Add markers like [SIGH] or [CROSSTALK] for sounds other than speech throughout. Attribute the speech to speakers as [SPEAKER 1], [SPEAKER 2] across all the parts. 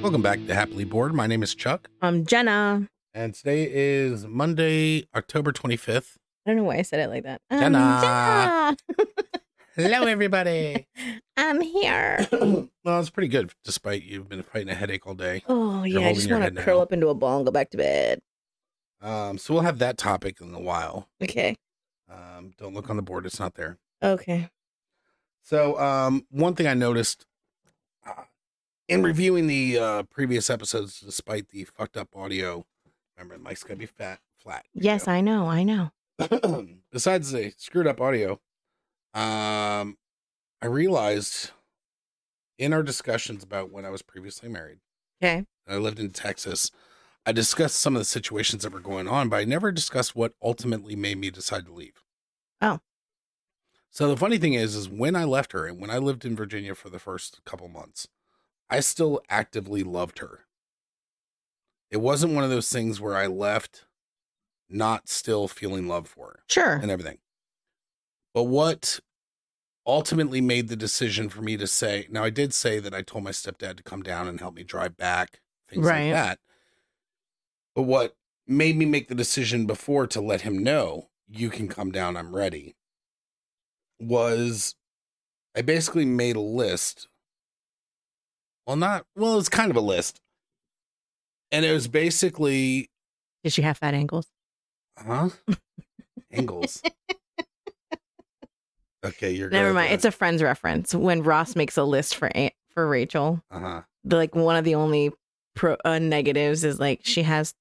[SPEAKER 1] Welcome back to Happily Bored. My name is Chuck,
[SPEAKER 2] I'm Um, Jenna.
[SPEAKER 1] and today is Monday, October 25th.
[SPEAKER 2] I don't know why I said it like that. Um,
[SPEAKER 1] Jenna. Hello, everybody.
[SPEAKER 2] Jenna, I'm here.
[SPEAKER 1] [COUGHS] well, it's pretty good, despite you've been fighting a headache all day.
[SPEAKER 2] Oh
[SPEAKER 1] You're
[SPEAKER 2] yeah, I
[SPEAKER 1] holding
[SPEAKER 2] just
[SPEAKER 1] your
[SPEAKER 2] want
[SPEAKER 1] head
[SPEAKER 2] to curl
[SPEAKER 1] now.
[SPEAKER 2] up into a ball and go back to bed.
[SPEAKER 1] Um, so we'll have that topic in a while.
[SPEAKER 2] Okay.
[SPEAKER 1] Um, don't look on the board; it's not there.
[SPEAKER 2] Okay.
[SPEAKER 1] So, um, one thing I noticed uh, in reviewing the uh, previous episodes, despite the fucked up audio, remember the mic's gonna be fat, flat.
[SPEAKER 2] Yes, I know. I know.
[SPEAKER 1] [CLEARS THROAT] besides the screwed up audio, um, I realized in our discussions about when I was previously married,
[SPEAKER 2] Okay.
[SPEAKER 1] and I lived in Texas. I discussed some of the situations that were going on, but I never discussed what ultimately made me decide to leave.
[SPEAKER 2] Oh.
[SPEAKER 1] So the funny thing is, is when I left her and when I lived in Virginia for the first couple months, I still actively loved her. It wasn't one of those things where I left not still feeling love for her
[SPEAKER 2] Sure.
[SPEAKER 1] and everything. But what ultimately made the decision for me to say, now I did say that I told my stepdad to come down and help me drive back, things
[SPEAKER 2] Right.
[SPEAKER 1] like that. But what made me make the decision before to let him know, you can come down, I'm ready, was I basically made a list. Well, not, well, it was kind of a list. And it was basically
[SPEAKER 2] Did she have fat ankles?
[SPEAKER 1] Huh? Angles. Okay, you're
[SPEAKER 2] Never mind. It's a friend's reference. When Ross makes a list for a- for Rachel,
[SPEAKER 1] uh
[SPEAKER 2] [LAUGHS]
[SPEAKER 1] huh.
[SPEAKER 2] the, like one of the only pro uh, negatives is like she has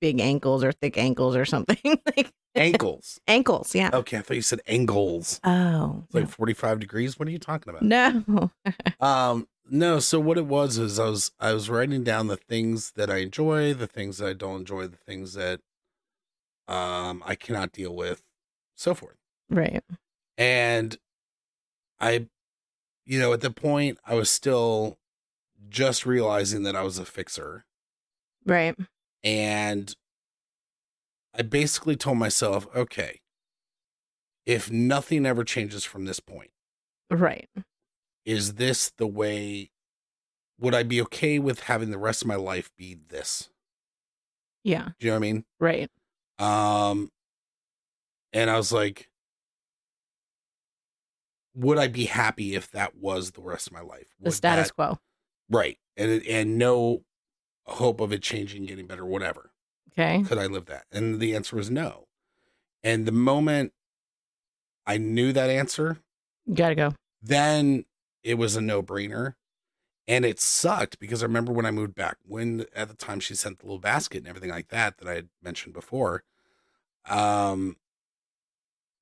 [SPEAKER 2] big ankles or thick ankles or something [LAUGHS] like
[SPEAKER 1] Ankles.
[SPEAKER 2] ankles. Yeah.
[SPEAKER 1] Okay, I thought you said angles.
[SPEAKER 2] Oh.
[SPEAKER 1] It's Oh. like 45 degrees. What are you talking about? [LAUGHS]
[SPEAKER 2] no.
[SPEAKER 1] Um, no. So what it was is I was I was writing down the things that I enjoy, the things that I don't enjoy, the things that um I cannot deal with, so forth.
[SPEAKER 2] Right.
[SPEAKER 1] and i you know at the point i was still just realizing that i was a fixer
[SPEAKER 2] Right.
[SPEAKER 1] and i basically told myself okay if nothing ever changes from this point
[SPEAKER 2] Right.
[SPEAKER 1] is this the way would i be okay with having the rest of my life be this
[SPEAKER 2] Yeah.
[SPEAKER 1] do you know what i mean
[SPEAKER 2] Right.
[SPEAKER 1] Um, and I was like, would I be happy if that was the rest of my life?
[SPEAKER 2] The
[SPEAKER 1] Would
[SPEAKER 2] status
[SPEAKER 1] that-
[SPEAKER 2] quo.
[SPEAKER 1] right, and it- and no hope of it changing, getting better, whatever.
[SPEAKER 2] Okay.
[SPEAKER 1] Could I live that? And the answer was no. And the moment I knew that answer,
[SPEAKER 2] You gotta go.
[SPEAKER 1] then it was a no brainer. And it sucked because I remember when I moved back, when at the time she sent the little basket and everything like that that I had mentioned before, um,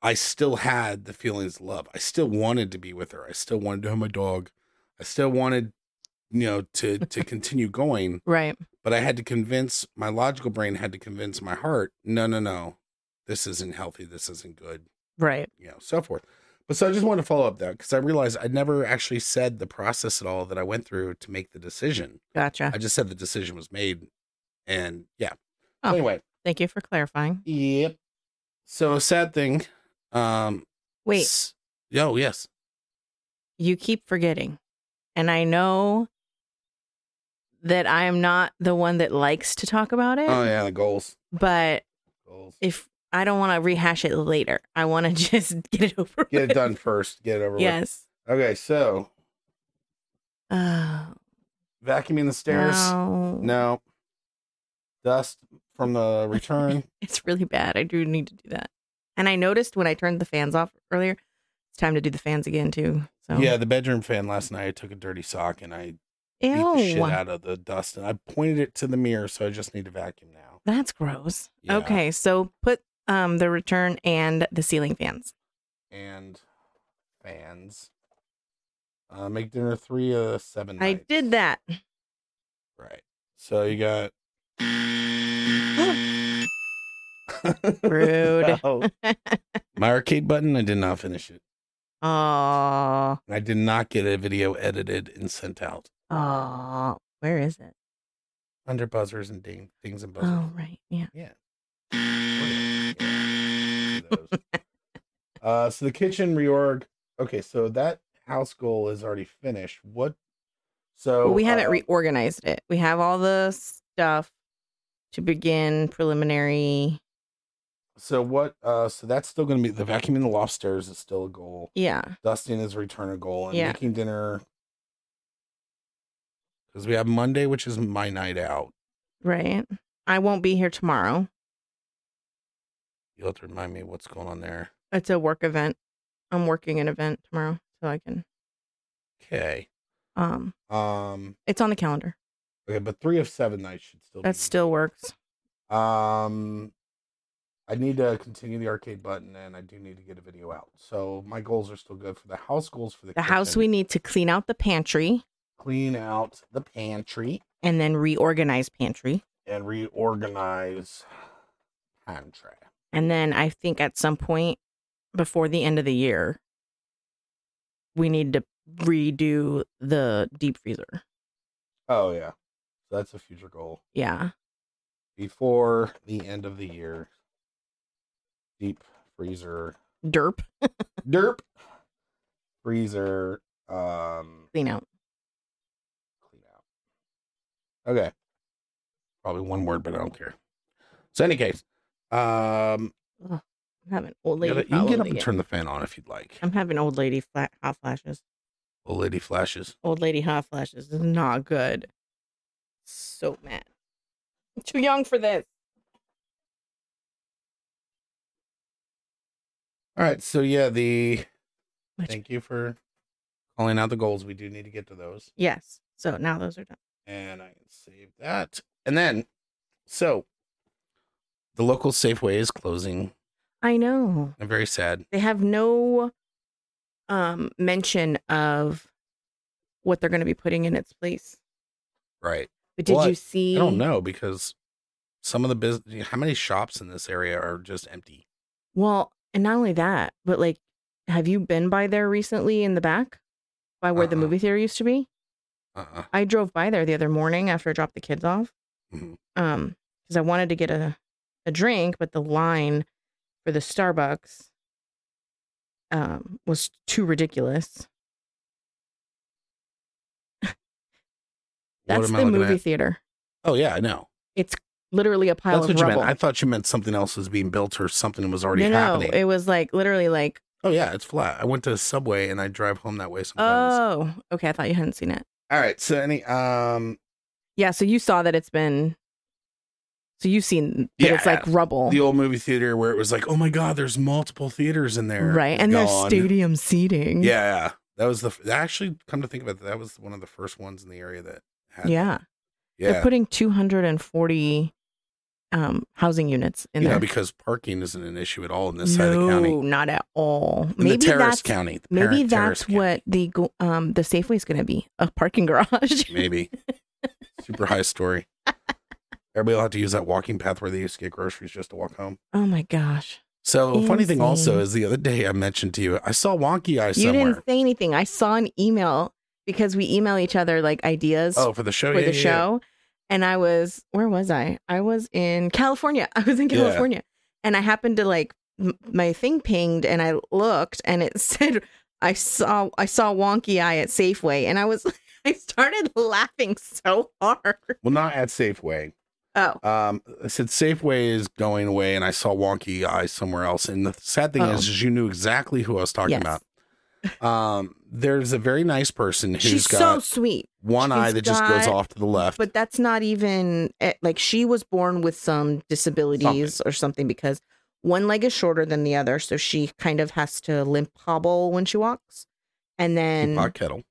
[SPEAKER 1] I still had the feelings of love. I still wanted to be with her. I still wanted to have my dog. I still wanted, you know, to to continue going.
[SPEAKER 2] Right.
[SPEAKER 1] But I had to convince my logical brain had to convince my heart, no, no, no, this isn't healthy. This isn't good
[SPEAKER 2] Right.
[SPEAKER 1] you know, so forth. But so I just want to follow up that because I realized I never actually said the process at all that I went through to make the decision.
[SPEAKER 2] Gotcha.
[SPEAKER 1] I just said the decision was made, and yeah.
[SPEAKER 2] Oh.
[SPEAKER 1] Anyway,
[SPEAKER 2] Thank you for clarifying.
[SPEAKER 1] yep. So a sad thing. Um,
[SPEAKER 2] Wait,
[SPEAKER 1] s- oh yes,
[SPEAKER 2] you keep forgetting. And I know that I am not the one that likes to talk about it,
[SPEAKER 1] oh yeah, the goals.
[SPEAKER 2] but
[SPEAKER 1] Goals.
[SPEAKER 2] if I don't want to rehash it later, I want to [LAUGHS] just get it over
[SPEAKER 1] Get
[SPEAKER 2] [LAUGHS] with.
[SPEAKER 1] it done first. Get it over
[SPEAKER 2] Yes.
[SPEAKER 1] with. Okay, so
[SPEAKER 2] Oh,
[SPEAKER 1] vacuuming the stairs.
[SPEAKER 2] no.
[SPEAKER 1] no. Dust from the return.
[SPEAKER 2] It's really bad. I do need to do that. And I noticed when I turned the fans off earlier, it's time to do the fans again too. So
[SPEAKER 1] Yeah, the bedroom fan last night. I took a dirty sock and I beat the shit
[SPEAKER 2] Ew.
[SPEAKER 1] out of the dust and I pointed it to the mirror, so I just need to vacuum now.
[SPEAKER 2] That's gross.
[SPEAKER 1] Yeah.
[SPEAKER 2] Okay, so put um the return and the ceiling fans.
[SPEAKER 1] And fans. Uh, make dinner three of the seven.
[SPEAKER 2] I
[SPEAKER 1] nights.
[SPEAKER 2] did that.
[SPEAKER 1] Right. So you got
[SPEAKER 2] [GASPS]
[SPEAKER 1] [LAUGHS]
[SPEAKER 2] Rude.
[SPEAKER 1] Oh.
[SPEAKER 2] [LAUGHS]
[SPEAKER 1] My arcade button, I did not finish it.
[SPEAKER 2] Oh,
[SPEAKER 1] I did not get a video edited and sent out.
[SPEAKER 2] oh, where is it?
[SPEAKER 1] Under buzzers and ding things and buzzers.
[SPEAKER 2] Oh, right, yeah.
[SPEAKER 1] those.
[SPEAKER 2] [LAUGHS]
[SPEAKER 1] uh, so the kitchen reorg. Okay, so that house goal is already finished. What?
[SPEAKER 2] But
[SPEAKER 3] So
[SPEAKER 2] we haven't
[SPEAKER 3] uh,
[SPEAKER 2] reorganized it. We have all the stuff to begin preliminary.
[SPEAKER 1] So what? Uh, so that's still going to be the vacuuming the loft stairs is still a goal.
[SPEAKER 2] Yeah.
[SPEAKER 1] Dusting is return a goal, and
[SPEAKER 2] Yeah.
[SPEAKER 1] making dinner because we have Monday, which is my night out.
[SPEAKER 2] Right. I won't be here tomorrow.
[SPEAKER 1] You'll have to remind me what's going on there.
[SPEAKER 2] It's a work event. I'm working an event tomorrow, so I can.
[SPEAKER 1] Okay.
[SPEAKER 2] Um,
[SPEAKER 1] Um.
[SPEAKER 2] it's on the calendar.
[SPEAKER 1] Okay, but three of seven nights should still
[SPEAKER 2] That
[SPEAKER 1] be
[SPEAKER 2] still works.
[SPEAKER 1] Um, I need to continue the arcade button, and I do need to get a video out. So my goals are still good for the house goals for the
[SPEAKER 2] The house
[SPEAKER 1] kitchen.
[SPEAKER 2] we need to clean out the pantry
[SPEAKER 1] clean out the pantry
[SPEAKER 2] and then reorganize pantry.
[SPEAKER 1] and reorganize pantry.
[SPEAKER 2] And then I think at some point before the end of the year, we need to redo the deep freezer.
[SPEAKER 1] Oh yeah, so that's a future goal
[SPEAKER 2] Yeah.
[SPEAKER 1] before the end of the year. Deep freezer,
[SPEAKER 2] Derp
[SPEAKER 1] derp freezer. Um,
[SPEAKER 2] clean out.
[SPEAKER 1] clean out. Okay. Probably one word, but I don't care. So, any case, um,
[SPEAKER 2] I'm having old
[SPEAKER 1] yeah,
[SPEAKER 2] lady.
[SPEAKER 1] you can get up
[SPEAKER 2] again.
[SPEAKER 1] and turn the fan on if you'd like.
[SPEAKER 2] I'm having old lady flat hot flashes.
[SPEAKER 1] Old lady flashes.
[SPEAKER 2] Old lady hot flashes is not good. So mad. I'm too young for this.
[SPEAKER 1] All right. So, yeah, the
[SPEAKER 2] Which-
[SPEAKER 1] thank you for calling out the goals. We do need to get to those,
[SPEAKER 2] Yes. So now those are done.
[SPEAKER 1] and I can save that. And then, so the local Safeway is closing.
[SPEAKER 2] I know.
[SPEAKER 1] I'm very sad.
[SPEAKER 2] They have no um mention of what they're going to be putting in its place.
[SPEAKER 1] Right.
[SPEAKER 2] But did
[SPEAKER 1] Well, I-
[SPEAKER 2] you see
[SPEAKER 1] I don't know because some of the business, how many shops in this area are just empty?
[SPEAKER 2] Well, and not only that, but like have you been by there recently in the back? By where the
[SPEAKER 1] Uh-uh.
[SPEAKER 2] movie theater used to be?
[SPEAKER 1] Uh uh
[SPEAKER 2] I drove by there the other morning after I dropped the kids off.
[SPEAKER 1] Mhm.
[SPEAKER 2] Um, because I wanted to get a, a drink, but the line for the Starbucks um was too ridiculous. That's the movie theater.
[SPEAKER 1] Oh yeah, I know.
[SPEAKER 2] It's literally a pile
[SPEAKER 1] That's
[SPEAKER 2] of
[SPEAKER 1] what you
[SPEAKER 2] rubble.
[SPEAKER 1] meant. I thought you meant something else was being built or something was already
[SPEAKER 2] no, no,
[SPEAKER 1] happening.
[SPEAKER 2] it was like literally like,
[SPEAKER 1] oh yeah, it's flat. I went to Subway and I drive home that way sometimes.
[SPEAKER 2] oh, okay, I thought you hadn't seen it.
[SPEAKER 1] All right. So any um
[SPEAKER 2] Yeah, so you saw that it's been so you've seen that it's
[SPEAKER 1] Yeah.
[SPEAKER 2] like rubble.
[SPEAKER 1] the old movie theater where it was like, oh my god, there's multiple theaters in there,
[SPEAKER 2] right.
[SPEAKER 1] is
[SPEAKER 2] And there's
[SPEAKER 1] gone.
[SPEAKER 2] stadium seating.
[SPEAKER 1] Yeah, yeah. that was the. that Actually, come to think of it, that was one of the first ones in the area that. had
[SPEAKER 2] Yeah.
[SPEAKER 1] yeah.
[SPEAKER 2] They're putting 240 um, housing units in
[SPEAKER 1] yeah,
[SPEAKER 2] there.
[SPEAKER 1] because parking isn't an issue at all in this side of the county.
[SPEAKER 2] No, not at all.
[SPEAKER 1] In
[SPEAKER 2] maybe
[SPEAKER 1] the terrace
[SPEAKER 2] that's
[SPEAKER 1] county. the
[SPEAKER 2] maybe
[SPEAKER 1] parent terrace
[SPEAKER 2] that's
[SPEAKER 1] county.
[SPEAKER 2] what the go- um the Safeway is going to be a parking [LAUGHS] garage.
[SPEAKER 1] Maybe. Super high story. Everybody will have to use that walking path where they used to get groceries just to walk home.
[SPEAKER 2] oh my gosh!
[SPEAKER 1] So funny thing also
[SPEAKER 2] Insane.
[SPEAKER 1] is the other day I mentioned to you, I saw wonky eye
[SPEAKER 2] You
[SPEAKER 1] somewhere.
[SPEAKER 2] didn't say anything. I saw an email because we email each other like ideas
[SPEAKER 1] oh, for the show.
[SPEAKER 2] for
[SPEAKER 1] yeah,
[SPEAKER 2] the
[SPEAKER 1] yeah, yeah.
[SPEAKER 2] show, and I was where was I? I was in California. [LAUGHS] I was in
[SPEAKER 1] Yeah.
[SPEAKER 2] California, and I happened to like m- my thing pinged, and I looked, and it [LAUGHS] said I saw I saw wonky eye at Safeway, and I was [LAUGHS] I started laughing so hard.
[SPEAKER 1] Well, not at Safeway.
[SPEAKER 2] Oh,
[SPEAKER 1] Um, I said Safeway is going away, and I saw wonky eye somewhere else. And the sad thing
[SPEAKER 2] Oh.
[SPEAKER 1] is, is you knew exactly who I was talking
[SPEAKER 2] Yes.
[SPEAKER 1] about. Um, there's a very nice person who's
[SPEAKER 2] she's so
[SPEAKER 1] got
[SPEAKER 2] sweet,
[SPEAKER 1] one eye
[SPEAKER 2] she's
[SPEAKER 1] that just goes
[SPEAKER 2] got-
[SPEAKER 1] off to the left.
[SPEAKER 2] but that's not even eh, like she was born with some disabilities or something because one leg is shorter than the other, so she kind of has to limp hobble when she walks, and then
[SPEAKER 1] Teapot kettle.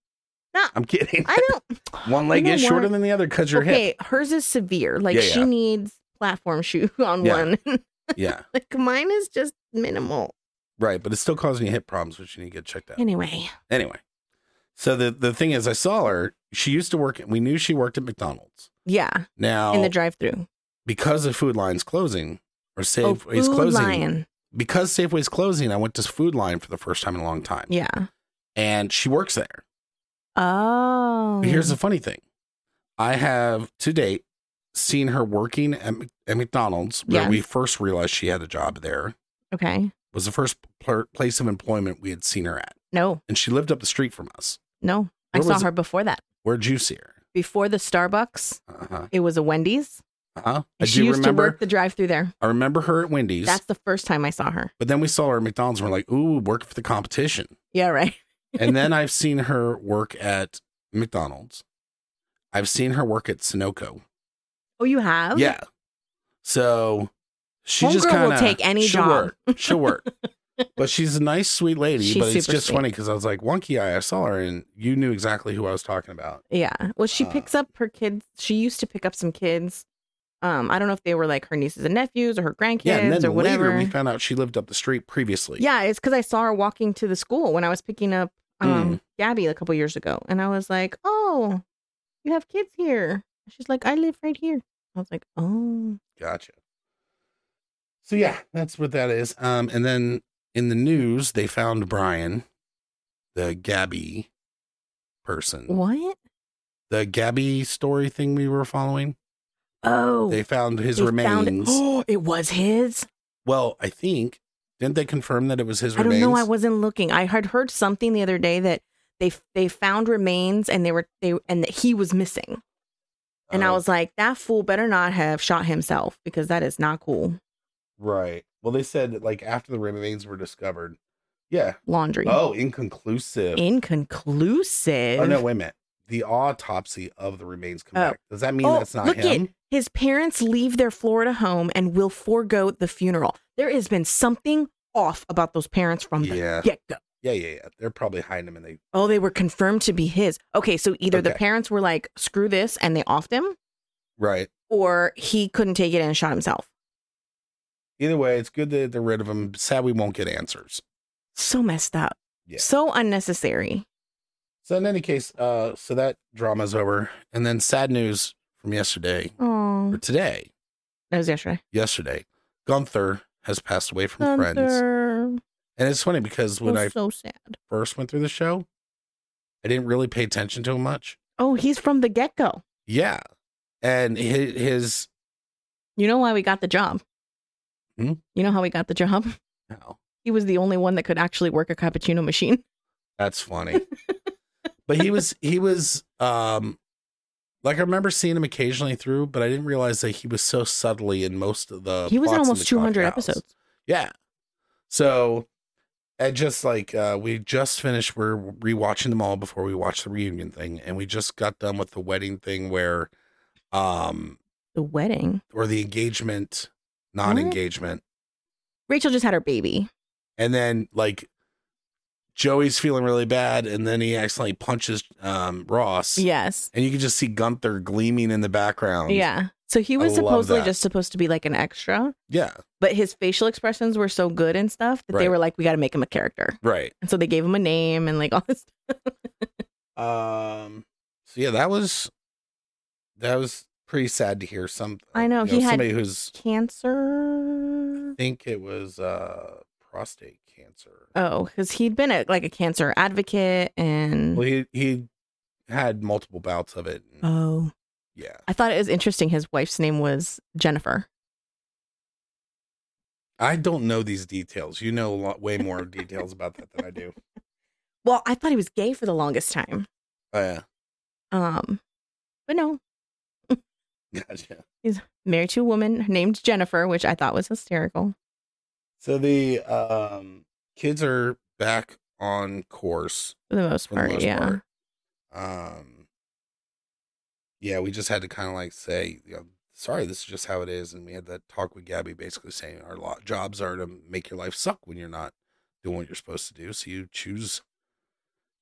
[SPEAKER 2] No.
[SPEAKER 1] I'm kidding.
[SPEAKER 2] I don't.
[SPEAKER 1] [LAUGHS] One leg
[SPEAKER 2] know
[SPEAKER 1] is shorter
[SPEAKER 2] what?
[SPEAKER 1] than the other because your hip.
[SPEAKER 2] okay, hers is severe. Like
[SPEAKER 1] Yeah,
[SPEAKER 2] she
[SPEAKER 1] yeah.
[SPEAKER 2] needs platform shoe [LAUGHS] on
[SPEAKER 1] Yeah.
[SPEAKER 2] one.
[SPEAKER 1] Yeah,
[SPEAKER 2] like mine is just minimal.
[SPEAKER 1] right. But it's still causing you hip problems, which you need to get checked out.
[SPEAKER 2] Anyway,
[SPEAKER 1] Anyway, so the the thing is, I saw her. She used to work. We knew she worked at McDonald's.
[SPEAKER 2] yeah, in
[SPEAKER 1] Now,
[SPEAKER 2] the drive-through.
[SPEAKER 1] because of Food Line's closing or
[SPEAKER 2] Oh,
[SPEAKER 1] Safeway's
[SPEAKER 2] food
[SPEAKER 1] closing,
[SPEAKER 2] lion.
[SPEAKER 1] because Safeway's closing, I went to Food Line for the first time in a long time.
[SPEAKER 2] Yeah.
[SPEAKER 1] and she works there.
[SPEAKER 2] Oh.
[SPEAKER 1] But here's the funny thing: I have to date seen her working at, Mc- at McDonald's, where
[SPEAKER 2] Yes.
[SPEAKER 1] we first realized she had a job there.
[SPEAKER 2] okay.
[SPEAKER 1] Was the first pl- place of employment we had seen her at,
[SPEAKER 2] No,
[SPEAKER 1] and she lived up the street from us.
[SPEAKER 2] no, I
[SPEAKER 1] Where
[SPEAKER 2] saw
[SPEAKER 1] was it?
[SPEAKER 2] her before that.
[SPEAKER 1] We're juicier.
[SPEAKER 2] Before the Starbucks,
[SPEAKER 1] Uh-huh.
[SPEAKER 2] it was a Wendy's.
[SPEAKER 1] Uh-huh. I
[SPEAKER 2] And she
[SPEAKER 1] do
[SPEAKER 2] used to
[SPEAKER 1] remember.
[SPEAKER 2] work the drive-through there.
[SPEAKER 1] I remember her at Wendy's,
[SPEAKER 2] That's the first time I saw her.
[SPEAKER 1] but then we saw her at McDonald's. and We're like, ooh, work for the competition.
[SPEAKER 2] Yeah, right.
[SPEAKER 1] and then I've seen her work at McDonald's. I've seen her work at Sunoco.
[SPEAKER 2] Oh, you have?
[SPEAKER 1] Yeah. So she just
[SPEAKER 2] Homegirl
[SPEAKER 1] kind
[SPEAKER 2] will
[SPEAKER 1] of
[SPEAKER 2] take any job.
[SPEAKER 1] Work. She'll
[SPEAKER 2] [LAUGHS]
[SPEAKER 1] work. but she's a nice, sweet lady.
[SPEAKER 2] She's
[SPEAKER 1] but it's
[SPEAKER 2] super
[SPEAKER 1] just
[SPEAKER 2] sweet.
[SPEAKER 1] funny because I was like, Wonky Eye, I saw her and you knew exactly who I was talking about.
[SPEAKER 2] Yeah. Well, she
[SPEAKER 1] Uh,
[SPEAKER 2] picks up her kids. She used to pick up some kids. Um, I don't know if they were like her nieces and nephews or her grandkids
[SPEAKER 1] yeah. And then
[SPEAKER 2] or
[SPEAKER 1] later
[SPEAKER 2] whatever.
[SPEAKER 1] we found out she lived up the street previously.
[SPEAKER 2] yeah, it's because I saw her walking to the school when I was picking up um,
[SPEAKER 1] Mm.
[SPEAKER 2] Gabby a couple years ago, and I was like, "Oh, you have kids here." She's like, "I live right here." I was like, "Oh,
[SPEAKER 1] Gotcha. So yeah, that's what that is. Um, and then in the news, they found Brian, the Gabby person.
[SPEAKER 2] what?
[SPEAKER 1] the Gabby story thing we were following.
[SPEAKER 2] Oh,
[SPEAKER 1] They found his
[SPEAKER 2] they found it.
[SPEAKER 1] remains.
[SPEAKER 2] [GASPS] Oh, it was his.
[SPEAKER 1] well, I think didn't they confirm that it was his
[SPEAKER 2] I don't
[SPEAKER 1] remains?
[SPEAKER 2] know. I wasn't looking. I had heard something the other day that they they found remains and they were they and that he was missing. And I
[SPEAKER 1] Oh,
[SPEAKER 2] was like, that fool better not have shot himself because that is not cool.
[SPEAKER 1] right. Well, they said that, like after the remains were discovered. Yeah.
[SPEAKER 2] Laundry.
[SPEAKER 1] Oh, inconclusive.
[SPEAKER 2] Inconclusive.
[SPEAKER 1] oh no, wait a minute. The autopsy of the remains come
[SPEAKER 2] Oh.
[SPEAKER 1] back. Does that mean
[SPEAKER 2] Oh,
[SPEAKER 1] that's not
[SPEAKER 2] look
[SPEAKER 1] him?
[SPEAKER 2] it. His parents leave their Florida home and will forego the funeral. There has been something off about those parents from the
[SPEAKER 1] Yeah.
[SPEAKER 2] get go.
[SPEAKER 1] Yeah, yeah, yeah. They're probably hiding him, and they
[SPEAKER 2] Oh, they were confirmed to be his. Okay, so either the
[SPEAKER 1] Okay.
[SPEAKER 2] parents were like, screw this, and they offed him,
[SPEAKER 1] right.
[SPEAKER 2] or he couldn't take it and shot himself.
[SPEAKER 1] Either way, it's good that they're rid of him. Sad we won't get answers.
[SPEAKER 2] So messed up.
[SPEAKER 1] Yeah.
[SPEAKER 2] So unnecessary.
[SPEAKER 1] So in any case, uh, so that drama's over, and then sad news from yesterday
[SPEAKER 2] Oh,
[SPEAKER 1] or today.
[SPEAKER 2] that was yesterday.
[SPEAKER 1] yesterday. Gunther has passed away from Friends.
[SPEAKER 2] Gunther.
[SPEAKER 1] And it's funny because when
[SPEAKER 2] Oh,
[SPEAKER 1] I
[SPEAKER 2] so sad.
[SPEAKER 1] first went through the show, I didn't really pay attention to him much.
[SPEAKER 2] Oh, he's from the get go.
[SPEAKER 1] Yeah. And his, his
[SPEAKER 2] You know why we got the job?
[SPEAKER 1] Hmm?
[SPEAKER 2] You know how we got the job? [LAUGHS]
[SPEAKER 1] oh,
[SPEAKER 2] He was the only one that could actually work a cappuccino machine.
[SPEAKER 1] that's funny. but he was he was um like I remember seeing him occasionally through, but I didn't realize that he was so subtly in most of the
[SPEAKER 2] he was in
[SPEAKER 1] plots
[SPEAKER 2] almost
[SPEAKER 1] the Clock
[SPEAKER 2] 200
[SPEAKER 1] House.
[SPEAKER 2] episodes.
[SPEAKER 1] Yeah. So and just like uh we just finished we're rewatching them all before we watch the reunion thing and we just got done with the wedding thing where um
[SPEAKER 2] The wedding.
[SPEAKER 1] or the engagement non-engagement
[SPEAKER 2] Rachel just had her baby.
[SPEAKER 1] and then like Joey's feeling really bad and then he accidentally punches um Ross
[SPEAKER 2] Yes.
[SPEAKER 1] and you can just see Gunther gleaming in the background.
[SPEAKER 2] Yeah. So he was
[SPEAKER 1] I love
[SPEAKER 2] supposedly
[SPEAKER 1] that.
[SPEAKER 2] just supposed to be like an extra,
[SPEAKER 1] Yeah,
[SPEAKER 2] but his facial expressions were so good and stuff that they
[SPEAKER 1] Right.
[SPEAKER 2] were like, we got to make him a character.
[SPEAKER 1] right.
[SPEAKER 2] And so they gave him a name and like all this. [LAUGHS]
[SPEAKER 1] Um so yeah, that was that was pretty sad to hear some
[SPEAKER 2] I know,
[SPEAKER 1] you
[SPEAKER 2] he had-
[SPEAKER 1] somebody who's
[SPEAKER 2] Cancer.
[SPEAKER 1] think it was uh prostate cancer.
[SPEAKER 2] Oh, because he'd been a, like a cancer advocate and.
[SPEAKER 1] Well, he he had multiple bouts of it. and-
[SPEAKER 2] Oh.
[SPEAKER 1] yeah,
[SPEAKER 2] I thought it was interesting. His wife's name was Jennifer.
[SPEAKER 1] I don't know these details. You know a lot, way more details about that than I
[SPEAKER 2] [LAUGHS]
[SPEAKER 1] do.
[SPEAKER 2] Well, I thought he was gay for the longest time.
[SPEAKER 1] Oh yeah,
[SPEAKER 2] Um, but no,
[SPEAKER 1] gotcha.
[SPEAKER 2] married to a woman named Jennifer, which I thought was hysterical.
[SPEAKER 1] So the um kids are back on course
[SPEAKER 2] For the most
[SPEAKER 1] for the
[SPEAKER 2] part,
[SPEAKER 1] most
[SPEAKER 2] yeah.
[SPEAKER 1] part. Um, yeah, we just had to kind of like say, you know, sorry, this is just how it is, and we had that talk with Gabby, basically saying our lot jobs are to make your life suck when you're not doing what you're supposed to do. So you choose.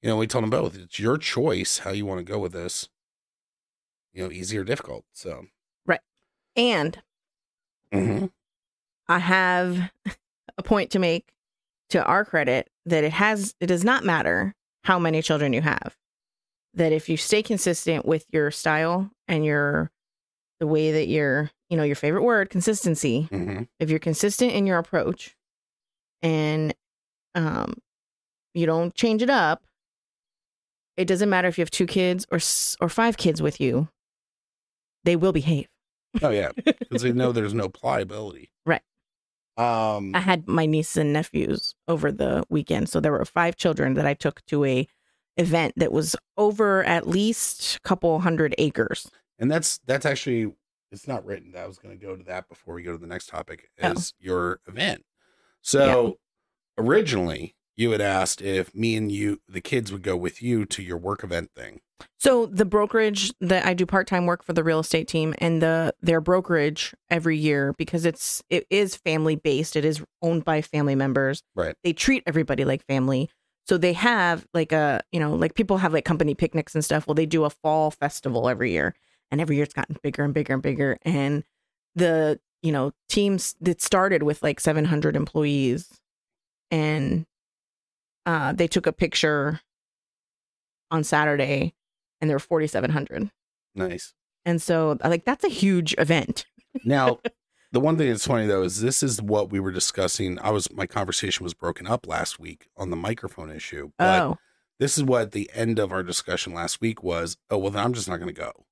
[SPEAKER 1] You know, we told them both it's your choice how you want to go with this. You know, easy or difficult. So
[SPEAKER 2] And Mm-hmm,
[SPEAKER 1] Mhm.
[SPEAKER 2] I have a point to make to our credit that it has it does not matter how many children you have. That if you stay consistent with your style and your the way that your you know your favorite word consistency,
[SPEAKER 1] Mhm.
[SPEAKER 2] if you're consistent in your approach and um you don't change it up it doesn't matter if you have two kids or s- or five kids with you they will behave
[SPEAKER 1] [LAUGHS] oh yeah, because
[SPEAKER 2] [LAUGHS]
[SPEAKER 1] they know there's no pliability,
[SPEAKER 2] Right.
[SPEAKER 1] Um,
[SPEAKER 2] i had my nieces and nephews over the weekend so there were five children that i took to a event that was over at least a couple hundred acres.
[SPEAKER 1] And that's that's actually it's not written. That I was going to go to that before we go to the next topic
[SPEAKER 2] Oh.
[SPEAKER 1] is your event. So originally you had asked if me and you the kids would go with you to your work event thing.
[SPEAKER 2] So the brokerage that I do part-time work for the real estate team and the their brokerage every year because it's it is family based, it is owned by family members.
[SPEAKER 1] Right.
[SPEAKER 2] They treat everybody like family. So they have like a, you know, like people have like company picnics and stuff. Well, they do a fall festival every year. And every year it's gotten bigger and bigger and bigger and the, you know, teams that started with like 700 employees and uh they took a picture on Saturday and there were 4700 [LAUGHS]
[SPEAKER 1] Nice.
[SPEAKER 2] and so I like that's a huge event
[SPEAKER 1] Now, the one thing that's funny though is this is what we were discussing. I was my conversation was broken up last week on the microphone issue, but
[SPEAKER 2] oh
[SPEAKER 1] this is what the end of our discussion last week was. Oh well, then I'm just not going to go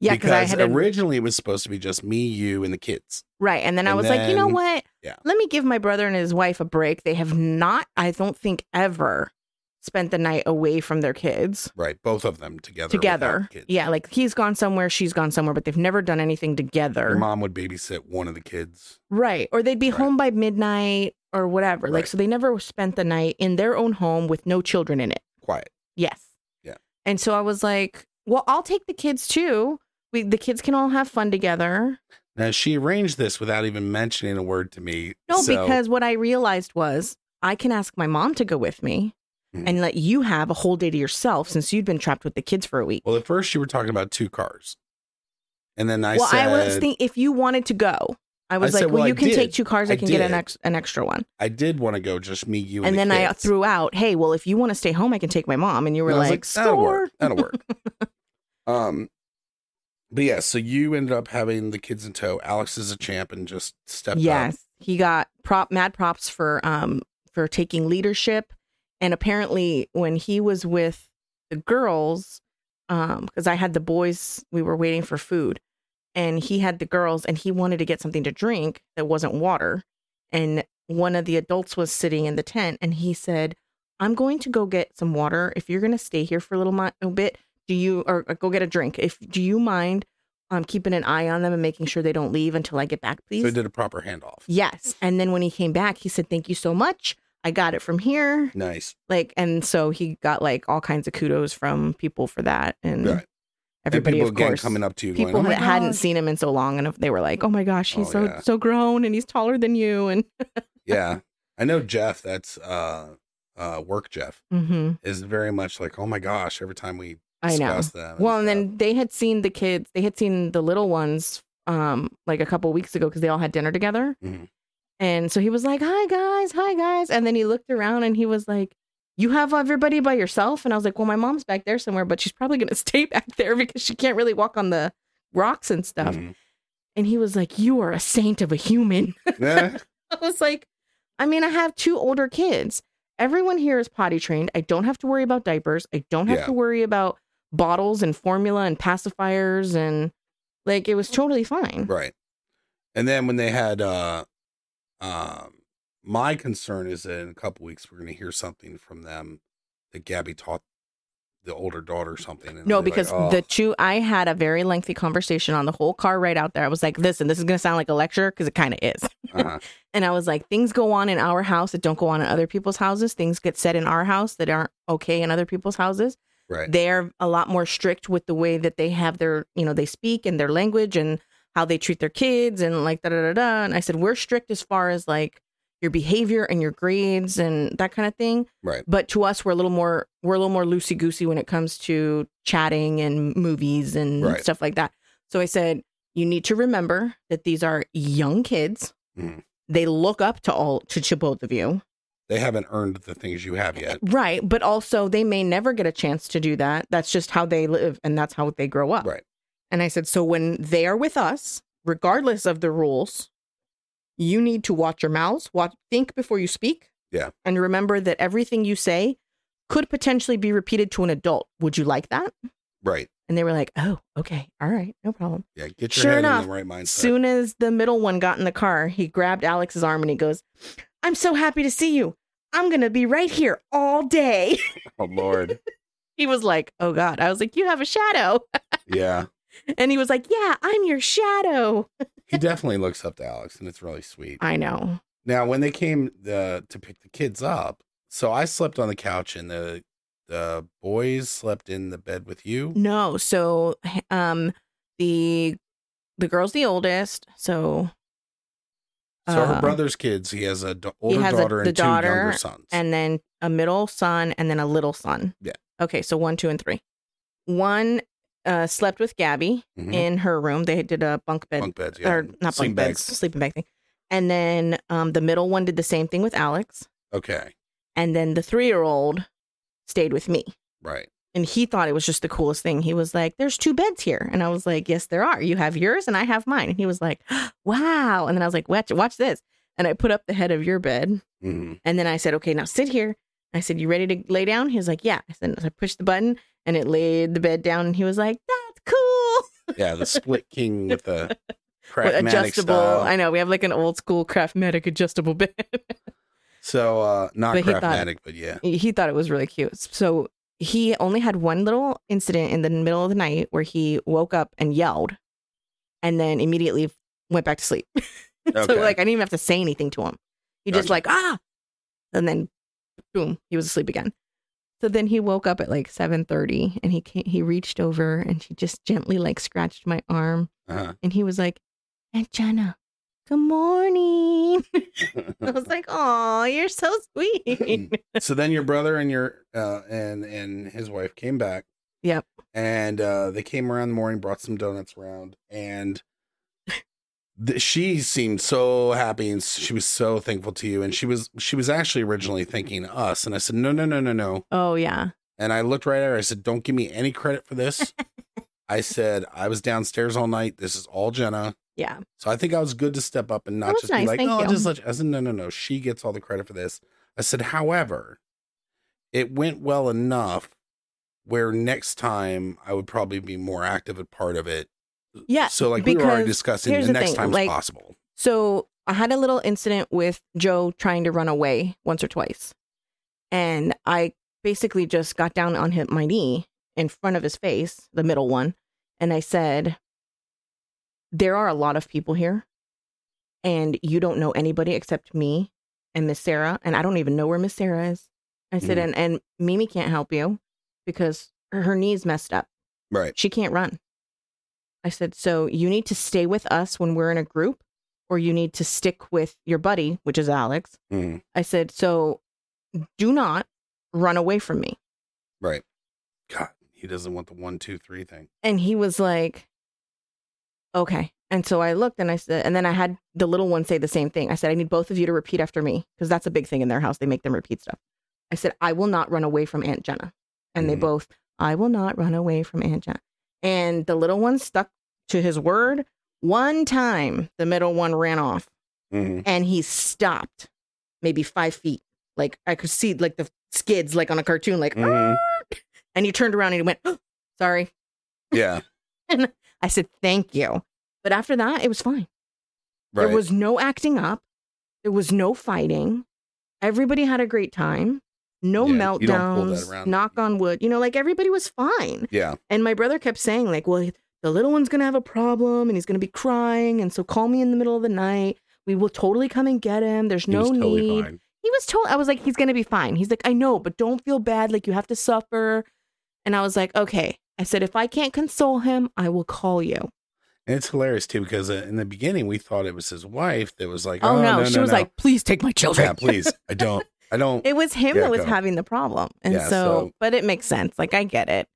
[SPEAKER 2] yeah because i
[SPEAKER 1] because
[SPEAKER 2] had a,
[SPEAKER 1] originally it was supposed to be just me, you, and the kids.
[SPEAKER 2] right and then i
[SPEAKER 1] and
[SPEAKER 2] was like you know
[SPEAKER 1] then-
[SPEAKER 2] what
[SPEAKER 1] yeah.
[SPEAKER 2] let me give my brother and his wife a break they have not i don't think ever spent the night away from their kids
[SPEAKER 1] Right, both of them together.
[SPEAKER 2] together
[SPEAKER 1] without kids.
[SPEAKER 2] yeah like he's gone somewhere she's gone somewhere but they've never done anything
[SPEAKER 1] Your
[SPEAKER 2] together
[SPEAKER 1] mom would babysit one of the kids.
[SPEAKER 2] right or they'd be
[SPEAKER 1] Right.
[SPEAKER 2] home by midnight or whatever like
[SPEAKER 1] Right.
[SPEAKER 2] so they never spent the night in their own home with no children in it
[SPEAKER 1] Quiet.
[SPEAKER 2] Yes.
[SPEAKER 1] Yeah.
[SPEAKER 2] And so I was like, well, I'll take the kids too. We the kids can all have fun together.
[SPEAKER 1] Now she arranged this without even mentioning a word to me.
[SPEAKER 2] No,
[SPEAKER 1] so-
[SPEAKER 2] because what I realized was I can ask my mom to go with me
[SPEAKER 1] Mhm.
[SPEAKER 2] and let you have a whole day to yourself since you'd been trapped with the kids for a week.
[SPEAKER 1] well, at first you were talking about two cars, and then I
[SPEAKER 2] well,
[SPEAKER 1] said,
[SPEAKER 2] I was thinking if you wanted to go, I was
[SPEAKER 1] I
[SPEAKER 2] like,
[SPEAKER 1] said,
[SPEAKER 2] well,
[SPEAKER 1] well, I
[SPEAKER 2] you can
[SPEAKER 1] did.
[SPEAKER 2] take two cars. I,
[SPEAKER 1] I
[SPEAKER 2] can get an
[SPEAKER 1] did.
[SPEAKER 2] ex- an extra one.
[SPEAKER 1] I did want to go, just me, you, and,
[SPEAKER 2] And
[SPEAKER 1] the
[SPEAKER 2] then I uh,
[SPEAKER 1] kids.
[SPEAKER 2] threw out, hey, well, if you want to stay home, I can take my mom. And you were
[SPEAKER 1] And I was
[SPEAKER 2] like,
[SPEAKER 1] that'll
[SPEAKER 2] "Sure."
[SPEAKER 1] work. That'll work.
[SPEAKER 2] [LAUGHS]
[SPEAKER 1] um, but yeah, so you ended up having the kids in tow. Alex is a champ and just stepped
[SPEAKER 2] Yes, he got prop mad props for um for taking leadership, and apparently when he was with the girls, um because I had the boys, we were waiting for food, and he had the girls, and he wanted to get something to drink that wasn't water, and one of the adults was sitting in the tent, and he said, "I'm going to go get some water. If you're going to stay here for a little mi- a bit, do you or, or go get a drink? If do you mind?" um, keeping an eye on them and making sure they don't leave until I get back,
[SPEAKER 1] up.
[SPEAKER 2] please.
[SPEAKER 1] So I did a proper handoff.
[SPEAKER 2] Yes. And then when he came back, he said, Thank you so much. I got it from here.
[SPEAKER 1] Nice.
[SPEAKER 2] Like, and so he got like all kinds of kudos from people for that. And
[SPEAKER 1] Right.
[SPEAKER 2] everybody,
[SPEAKER 1] and people
[SPEAKER 2] of
[SPEAKER 1] again
[SPEAKER 2] course,
[SPEAKER 1] coming up to you,
[SPEAKER 2] people
[SPEAKER 1] going, oh my
[SPEAKER 2] that hadn't
[SPEAKER 1] God."
[SPEAKER 2] seen him in so long. And they were like, Oh my gosh, he's
[SPEAKER 1] Oh,
[SPEAKER 2] so,
[SPEAKER 1] yeah.
[SPEAKER 2] so grown and he's taller than you. And
[SPEAKER 1] Yeah, I know Jeff. That's uh, uh, work Jeff
[SPEAKER 2] Mhm.
[SPEAKER 1] is very much like, oh my gosh, every time we
[SPEAKER 2] I know.
[SPEAKER 1] discuss them.
[SPEAKER 2] Well, and
[SPEAKER 1] stuff.
[SPEAKER 2] then they had seen the kids, they had seen the little ones um like a couple weeks ago because they all had dinner together.
[SPEAKER 1] Mhm.
[SPEAKER 2] And so he was like, "Hi guys, hi guys." And then he looked around and he was like, "You have everybody by yourself?" And I was like, "Well, my mom's back there somewhere, but she's probably going to [LAUGHS] stay back there because she can't really walk on the rocks and stuff."
[SPEAKER 1] Mhm.
[SPEAKER 2] And he was like, "You are a saint of a human."
[SPEAKER 1] Yeah.
[SPEAKER 2] [LAUGHS] I was like, "I mean, I have two older kids. Everyone here is potty trained. I don't have to worry about diapers. I don't have
[SPEAKER 1] Yeah.
[SPEAKER 2] to worry about bottles and formula and pacifiers and like it was totally fine."
[SPEAKER 1] [LAUGHS] Right. And then when they had uh um my concern is that in a couple weeks we're gonna hear something from them that Gabby taught the older daughter something. and they're
[SPEAKER 2] No,
[SPEAKER 1] like,
[SPEAKER 2] because
[SPEAKER 1] "Oh,
[SPEAKER 2] the two, I had a very lengthy conversation on the whole car ride out there. I was like, listen, this is going to sound like a lecture because it kind of is.
[SPEAKER 1] uh-huh,
[SPEAKER 2] And I was like, things go on in our house that don't go on in other people's houses. Things get said in our house that aren't okay in other people's houses.
[SPEAKER 1] right.
[SPEAKER 2] [LAUGHS] They're a lot more strict with the way that they have their, you know, they speak and their language and how they treat their kids and like da da da da. And I said, we're strict as far as like your behavior and your grades and that kind of thing
[SPEAKER 1] right.
[SPEAKER 2] but to us we're a little more we're a little more loosey goosey when it comes to chatting and movies and
[SPEAKER 1] Right.
[SPEAKER 2] stuff like that so i said you need to remember that these are young kids
[SPEAKER 1] Mhm.
[SPEAKER 2] they look up to all to, to both of you
[SPEAKER 1] They haven't earned the things you have yet.
[SPEAKER 2] right but also they may never get a chance to do that that's just how they live and that's how they grow up
[SPEAKER 1] Right.
[SPEAKER 2] and i said so when they are with us regardless of the rules you need to watch your mouths watch think before you speak
[SPEAKER 1] Yeah.
[SPEAKER 2] and remember that everything you say could potentially be repeated to an adult would you like that
[SPEAKER 1] Right.
[SPEAKER 2] and they were like oh okay all right no problem
[SPEAKER 1] Yeah. Get your
[SPEAKER 2] Sure
[SPEAKER 1] head
[SPEAKER 2] enough,
[SPEAKER 1] in the right mindset.
[SPEAKER 2] soon as the middle one got in the car, he grabbed Alex's arm and he goes, I'm so happy to see you. I'm going to be right here all day.
[SPEAKER 1] Oh
[SPEAKER 2] [LAUGHS]
[SPEAKER 1] Lord.
[SPEAKER 2] He was like, Oh God. I was like, You have a shadow. [LAUGHS]
[SPEAKER 1] Yeah.
[SPEAKER 2] And he was like, Yeah, I'm your shadow.
[SPEAKER 1] He definitely looks up to Alex and it's really sweet.
[SPEAKER 2] I know.
[SPEAKER 1] Now, when they came uh, to pick the kids up, so I slept on the couch and the the boys slept in the bed with you.
[SPEAKER 2] No. So, um, the the girl's the oldest. So,
[SPEAKER 1] So her
[SPEAKER 2] uh,
[SPEAKER 1] brother's kids, he has a da- older
[SPEAKER 2] has a-
[SPEAKER 1] daughter
[SPEAKER 2] the
[SPEAKER 1] and two younger
[SPEAKER 2] daughter
[SPEAKER 1] sons.
[SPEAKER 2] and then a middle son and then a little son.
[SPEAKER 1] Yeah.
[SPEAKER 2] Okay, so one, two, and three. One uh, slept with Gabby
[SPEAKER 1] Mhm.
[SPEAKER 2] in her room. They did a bunk bed,
[SPEAKER 1] bunk beds, yeah,
[SPEAKER 2] or not
[SPEAKER 1] Sleeping
[SPEAKER 2] bunk beds, sleeping bag thing. And then um, the middle one did the same thing with Alex.
[SPEAKER 1] Okay,
[SPEAKER 2] And then the three year old stayed with me.
[SPEAKER 1] right.
[SPEAKER 2] And he thought it was just the coolest thing. He was like, There's two beds here. And I was like, Yes, there are. You have yours and I have mine. And he was like, [GASPS] Wow. And then I was like, Watch, watch this. And I put up the head of your bed.
[SPEAKER 1] hmm
[SPEAKER 2] And then I said, okay, now sit here. I said, you ready to lay down? He was like, yeah. I said, I pushed the button and it laid the bed down. And he was like, that's cool. [LAUGHS]
[SPEAKER 1] Yeah, the split king with the
[SPEAKER 2] With
[SPEAKER 1] pragmatic style.
[SPEAKER 2] I know. We have like an old school Craftmatic adjustable [LAUGHS] bed.
[SPEAKER 1] so uh, not
[SPEAKER 2] But he thought-
[SPEAKER 1] pragmatic, but yeah,
[SPEAKER 2] he thought it was really cute. So he only had one little incident in the middle of the night where he woke up and yelled and then immediately went back to sleep. [LAUGHS] so
[SPEAKER 1] Okay.
[SPEAKER 2] like I didn't even have to say anything to him. He just
[SPEAKER 1] Gotcha.
[SPEAKER 2] like ah, and then boom, he was asleep again. So then he woke up at like seven thirty, and he came, he reached over and she just gently like scratched my arm,
[SPEAKER 1] uh-huh.
[SPEAKER 2] and he was like, "Aunt Jenna, good morning." [LAUGHS] I was like, "Oh, you're so sweet."
[SPEAKER 1] Uh-huh. [LAUGHS] so then your brother and your uh and and his wife came back
[SPEAKER 2] Yep.
[SPEAKER 1] and uh they came around in the morning brought some donuts around and th- she seemed so happy and she was so thankful to you and she was she was actually originally thinking us and i said no no no no no
[SPEAKER 2] oh yeah,
[SPEAKER 1] and i looked right at her i said don't give me any credit for this i said i was downstairs all night this is all jenna
[SPEAKER 2] yeah,
[SPEAKER 1] so I think I was good to step up and
[SPEAKER 2] That
[SPEAKER 1] not
[SPEAKER 2] was
[SPEAKER 1] just be
[SPEAKER 2] nice,
[SPEAKER 1] like,
[SPEAKER 2] thank
[SPEAKER 1] oh, I'll
[SPEAKER 2] you."
[SPEAKER 1] just let you. I said, no, no, no. She gets all the credit for this. I said, however, it went well enough where next time I would probably be more active a part of it.
[SPEAKER 2] yeah.
[SPEAKER 1] so like we were already
[SPEAKER 2] because
[SPEAKER 1] discussing
[SPEAKER 2] here's
[SPEAKER 1] the,
[SPEAKER 2] the
[SPEAKER 1] next
[SPEAKER 2] thing,
[SPEAKER 1] time's
[SPEAKER 2] like-
[SPEAKER 1] possible.
[SPEAKER 2] So I had a little incident with Joe trying to run away once or twice. And I basically just got down on him, my knee in front of his face, the middle one. And I said, There are a lot of people here. And you don't know anybody except me and Miss Sarah. And I don't even know where Miss Sarah is. I said,
[SPEAKER 1] Mhm.
[SPEAKER 2] and, and Mimi can't help you because her, her knee's messed up.
[SPEAKER 1] Right.
[SPEAKER 2] She can't run. I said, So you need to stay with us when we're in a group, or you need to stick with your buddy, which is Alex.
[SPEAKER 1] Mhm.
[SPEAKER 2] I said, So do not run away from me.
[SPEAKER 1] Right. God, he doesn't want the one, two, three thing.
[SPEAKER 2] And he was like, Okay. And so I looked and I said, and then I had the little one say the same thing. I said, I need both of you to repeat after me because that's a big thing in their house. They make them repeat stuff. I said, I will not run away from Aunt Jenna. And they
[SPEAKER 1] Mhm.
[SPEAKER 2] both, I will not run away from Aunt Jenna. And the little one stuck to his word. One time, the middle one ran off
[SPEAKER 1] Mhm.
[SPEAKER 2] and he stopped maybe five feet. Like I could see like the skids, like on a cartoon, like, "Ah,"
[SPEAKER 1] Mhm.
[SPEAKER 2] and he turned around and he went, [GASPS] sorry.
[SPEAKER 1] Yeah.
[SPEAKER 2] I said, thank you. But after that, it was fine.
[SPEAKER 1] Right.
[SPEAKER 2] There was no acting up. There was no fighting. Everybody had a great time. No
[SPEAKER 1] Yeah, you don't pull that
[SPEAKER 2] meltdowns.
[SPEAKER 1] around.
[SPEAKER 2] Knock on wood. You know, like everybody was fine.
[SPEAKER 1] yeah.
[SPEAKER 2] And my brother kept saying, like, well, the little one's going to have a problem and he's going to be crying. And so call me in the middle of the night. We will totally come and get him. There's
[SPEAKER 1] He
[SPEAKER 2] no
[SPEAKER 1] was totally
[SPEAKER 2] need.
[SPEAKER 1] fine.
[SPEAKER 2] He was told, I was like, he's going to be fine. He's like, I know, but don't feel bad. Like, you have to suffer. And I was like, okay. I said, if I can't console him, I will call you.
[SPEAKER 1] And it's hilarious too because uh, in the beginning we thought it was his wife that was like,
[SPEAKER 2] Oh, no.
[SPEAKER 1] no
[SPEAKER 2] She was like, please take my children.
[SPEAKER 1] yeah, please, I don't, I don't.
[SPEAKER 2] [LAUGHS] It was him
[SPEAKER 1] Yeah,
[SPEAKER 2] that was
[SPEAKER 1] go.
[SPEAKER 2] having the problem, and
[SPEAKER 1] Yeah,
[SPEAKER 2] so,
[SPEAKER 1] so-
[SPEAKER 2] but it makes sense. Like I get it.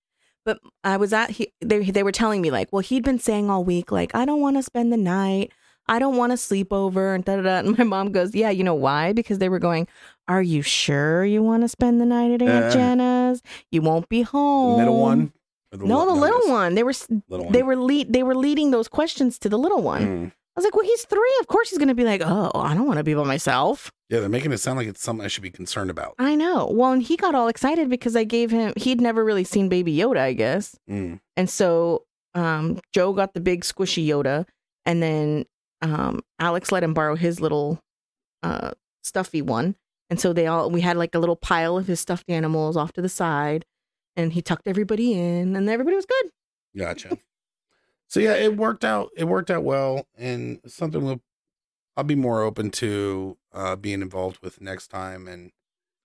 [SPEAKER 2] But I was at he they they were telling me like, well, he'd been saying all week like, I don't want to spend the night, I don't want to sleep over, and da da da. And [LAUGHS] my mom goes, yeah, you know why? Because they were going, are you sure you want to spend the night at Aunt
[SPEAKER 1] Uh.
[SPEAKER 2] Jenna's? You won't be home.
[SPEAKER 1] The middle one? Or
[SPEAKER 2] no, the
[SPEAKER 1] li-
[SPEAKER 2] little
[SPEAKER 1] this
[SPEAKER 2] one. They were s
[SPEAKER 1] Little
[SPEAKER 2] they were lead they were leading those questions to the little one.
[SPEAKER 1] Mm.
[SPEAKER 2] I was like, well, he's three. Of course, he's gonna be like, oh, I don't want to be by myself.
[SPEAKER 1] Yeah, they're making it sound like it's something I should be concerned about.
[SPEAKER 2] I know. Well, and he got all excited because I gave him he'd never really seen baby Yoda, I guess.
[SPEAKER 1] Mm.
[SPEAKER 2] And so um Joe got the big squishy Yoda and then um Alex let him borrow his little uh stuffy one And so they all we had like a little pile of his stuffed animals off to the side and he tucked everybody in and everybody was good.
[SPEAKER 1] Gotcha. so yeah, it worked out. It worked out well, and something we'll, I'll be more open to uh, being involved with next time. And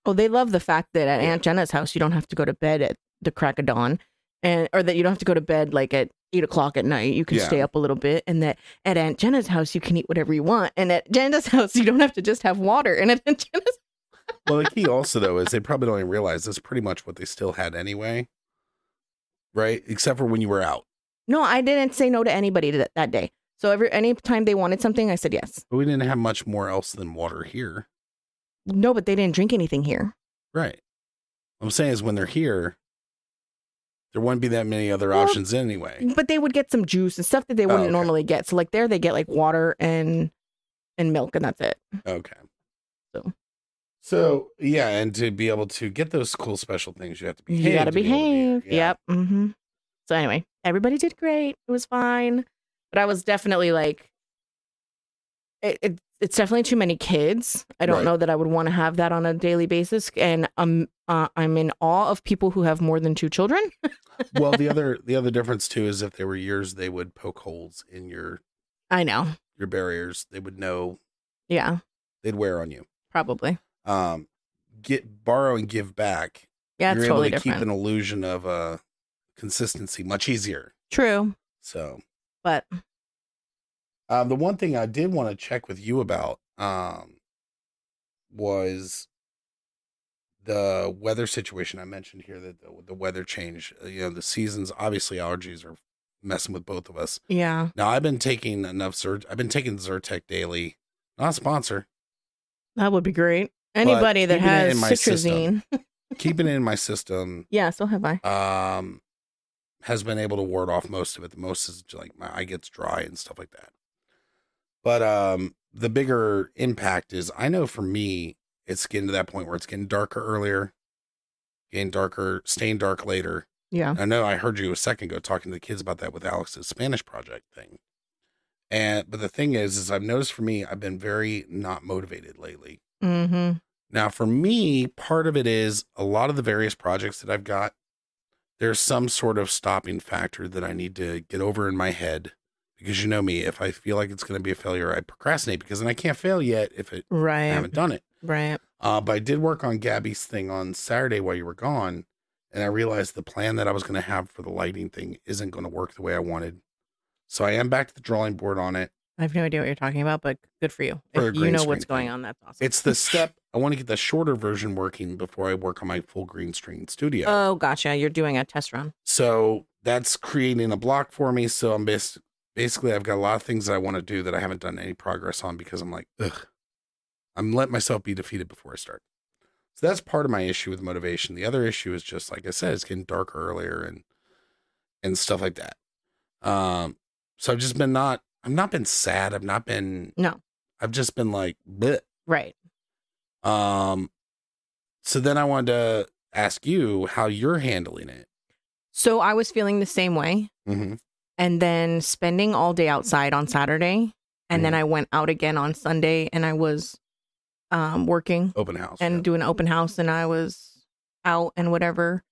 [SPEAKER 2] Oh, they love the fact that at Aunt Jenna's house you don't have to go to bed at the crack of dawn and or that you don't have to go to bed like at eight o'clock at night. You can
[SPEAKER 1] Yeah.
[SPEAKER 2] stay up a little bit and that at Aunt Jenna's house you can eat whatever you want. And at Jenna's [LAUGHS] house you don't have to just have water. And at [LAUGHS] Aunt Jenna's
[SPEAKER 1] well, the key also though is they probably don't even realize that's pretty much what they still had anyway, right? Except for when you were out,
[SPEAKER 2] No, I didn't say no to anybody that, that day. So every any time they wanted something, I said yes.
[SPEAKER 1] but we didn't have much more else than water here,
[SPEAKER 2] No, but they didn't drink anything here.
[SPEAKER 1] right? What I'm saying is when they're here, there wouldn't be that many other
[SPEAKER 2] Well,
[SPEAKER 1] options anyway.
[SPEAKER 2] but they would get some juice and stuff that they wouldn't
[SPEAKER 1] Oh, okay.
[SPEAKER 2] normally get. So like there they get like water and and milk and that's it.
[SPEAKER 1] Okay.
[SPEAKER 2] So.
[SPEAKER 1] So yeah, and to be able to get those cool special things, you have to behave.
[SPEAKER 2] You gotta
[SPEAKER 1] to be able to be here.
[SPEAKER 2] behave.
[SPEAKER 1] Yeah.
[SPEAKER 2] Yep. [LAUGHS] hmm So anyway, everybody did great. It was fine, but I was definitely like, it, it it's definitely too many kids. I don't
[SPEAKER 1] Right.
[SPEAKER 2] know that I would want to have that on a daily basis. And um, uh, I'm in awe of people who have more than two children.
[SPEAKER 1] well, the other the other difference too is if they were yours, they would poke holes in your
[SPEAKER 2] I know.
[SPEAKER 1] your barriers. They would know
[SPEAKER 2] Yeah,
[SPEAKER 1] they'd wear on you.
[SPEAKER 2] probably.
[SPEAKER 1] Um, get borrow and give back.
[SPEAKER 2] Yeah, it's
[SPEAKER 1] You're
[SPEAKER 2] totally
[SPEAKER 1] able to
[SPEAKER 2] different.
[SPEAKER 1] keep an illusion of uh consistency much easier.
[SPEAKER 2] True,
[SPEAKER 1] So
[SPEAKER 2] but
[SPEAKER 1] um, the one thing I did want to check with you about um was the weather situation I mentioned here that the, the weather change. uh, You know, the seasons obviously allergies are messing with both of us.
[SPEAKER 2] yeah,
[SPEAKER 1] Now I've been taking enough Zyrtec. I've been taking Zyrtec daily. Not a sponsor.
[SPEAKER 2] that would be great. Anybody that
[SPEAKER 1] keeping it
[SPEAKER 2] has
[SPEAKER 1] in my
[SPEAKER 2] citrazine,
[SPEAKER 1] system. Keeping it in my system
[SPEAKER 2] [LAUGHS] yeah, so have I.
[SPEAKER 1] um, has been able to ward off most of it. The most is like my eye gets dry and stuff like that. But um, the bigger impact is I know for me, it's getting to that point where it's getting darker earlier, getting darker, staying dark later.
[SPEAKER 2] Yeah,
[SPEAKER 1] I know I heard you a second ago talking to the kids about that with Alex's Spanish project thing. And but the thing is, is I've noticed for me, I've been very not motivated lately.
[SPEAKER 2] hmm
[SPEAKER 1] Now for me, part of it is a lot of the various projects that I've got, there's some sort of stopping factor that I need to get over in my head. Because you know me, if I feel like it's going to be a failure, I procrastinate because then I can't fail yet if it, I
[SPEAKER 2] right,
[SPEAKER 1] haven't done it.
[SPEAKER 2] right.
[SPEAKER 1] Uh, but I did work on Gabby's thing on Saturday while you were gone, and I realized the plan that I was going to have for the lighting thing isn't going to work the way I wanted. So I am back to the drawing board on it.
[SPEAKER 2] I have no idea what you're talking about, but good for you.
[SPEAKER 1] For a
[SPEAKER 2] if you
[SPEAKER 1] green
[SPEAKER 2] know
[SPEAKER 1] screen
[SPEAKER 2] what's going
[SPEAKER 1] thing.
[SPEAKER 2] on, that's awesome.
[SPEAKER 1] It's
[SPEAKER 2] [LAUGHS]
[SPEAKER 1] the step I want to get the shorter version working before I work on my full green screen studio.
[SPEAKER 2] Oh, gotcha. You're doing a test run.
[SPEAKER 1] so that's creating a block for me. So I'm bas- basically I've got a lot of things that I want to do that I haven't done any progress on because I'm like, ugh, I'm letting myself be defeated before I start. So that's part of my issue with motivation. The other issue is just like I said, it's getting darker earlier and and stuff like that. Um, so I've just been not. I've not been sad. I've not been.
[SPEAKER 2] No.
[SPEAKER 1] I've just been like, bleh.
[SPEAKER 2] Right.
[SPEAKER 1] um. So then I wanted to ask you how you're handling it.
[SPEAKER 2] So I was feeling the same way,
[SPEAKER 1] Mm-hmm.
[SPEAKER 2] and then spending all day outside on Saturday, and then
[SPEAKER 1] Mhm.
[SPEAKER 2] I went out again on Sunday, and I was um, working
[SPEAKER 1] Open house
[SPEAKER 2] and
[SPEAKER 1] yeah.
[SPEAKER 2] doing open house, and I was out and whatever.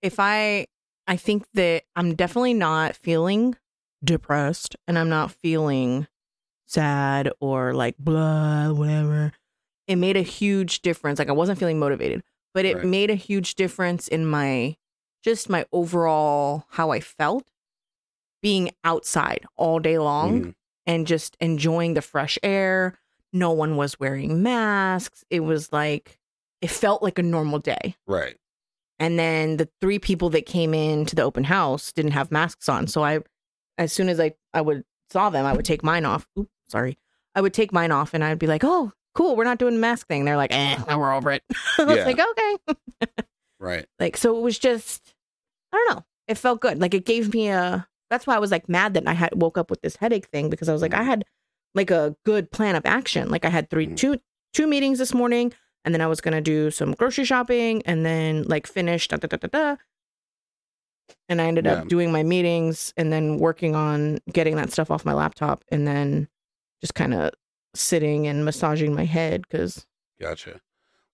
[SPEAKER 2] If I, I think that I'm definitely not feeling depressed, and I'm not feeling sad or like blah whatever. It made a huge difference. Like I wasn't feeling motivated, but it
[SPEAKER 1] Right.
[SPEAKER 2] made a huge difference in my just my overall how I felt being outside all day long
[SPEAKER 1] Mhm.
[SPEAKER 2] and just enjoying the fresh air. No one was wearing masks. It was like it felt like a normal day.
[SPEAKER 1] Right.
[SPEAKER 2] And then the three people that came in to the open house didn't have masks on. So I, as soon as I, I would saw them, I would take mine off. Oop, sorry. I would take mine off and I'd be like, oh, cool. We're not doing the mask thing. They're like, eh, we're over it. [LAUGHS] I was
[SPEAKER 1] Yeah.
[SPEAKER 2] like, okay.
[SPEAKER 1] Right.
[SPEAKER 2] Like, so it was just, I don't know. It felt good. Like, it gave me a, that's why I was like mad that I had woke up with this headache thing because I was like, I
[SPEAKER 1] Mhm.
[SPEAKER 2] had like a good plan of action. Like, I had three,
[SPEAKER 1] Mhm.
[SPEAKER 2] two, two meetings this morning, and then I was going to do some grocery shopping and then like finish da da da da da. And I ended
[SPEAKER 1] Yeah.
[SPEAKER 2] up doing my meetings and then working on getting that stuff off my laptop and then just kind of sitting and massaging my head because
[SPEAKER 1] Gotcha.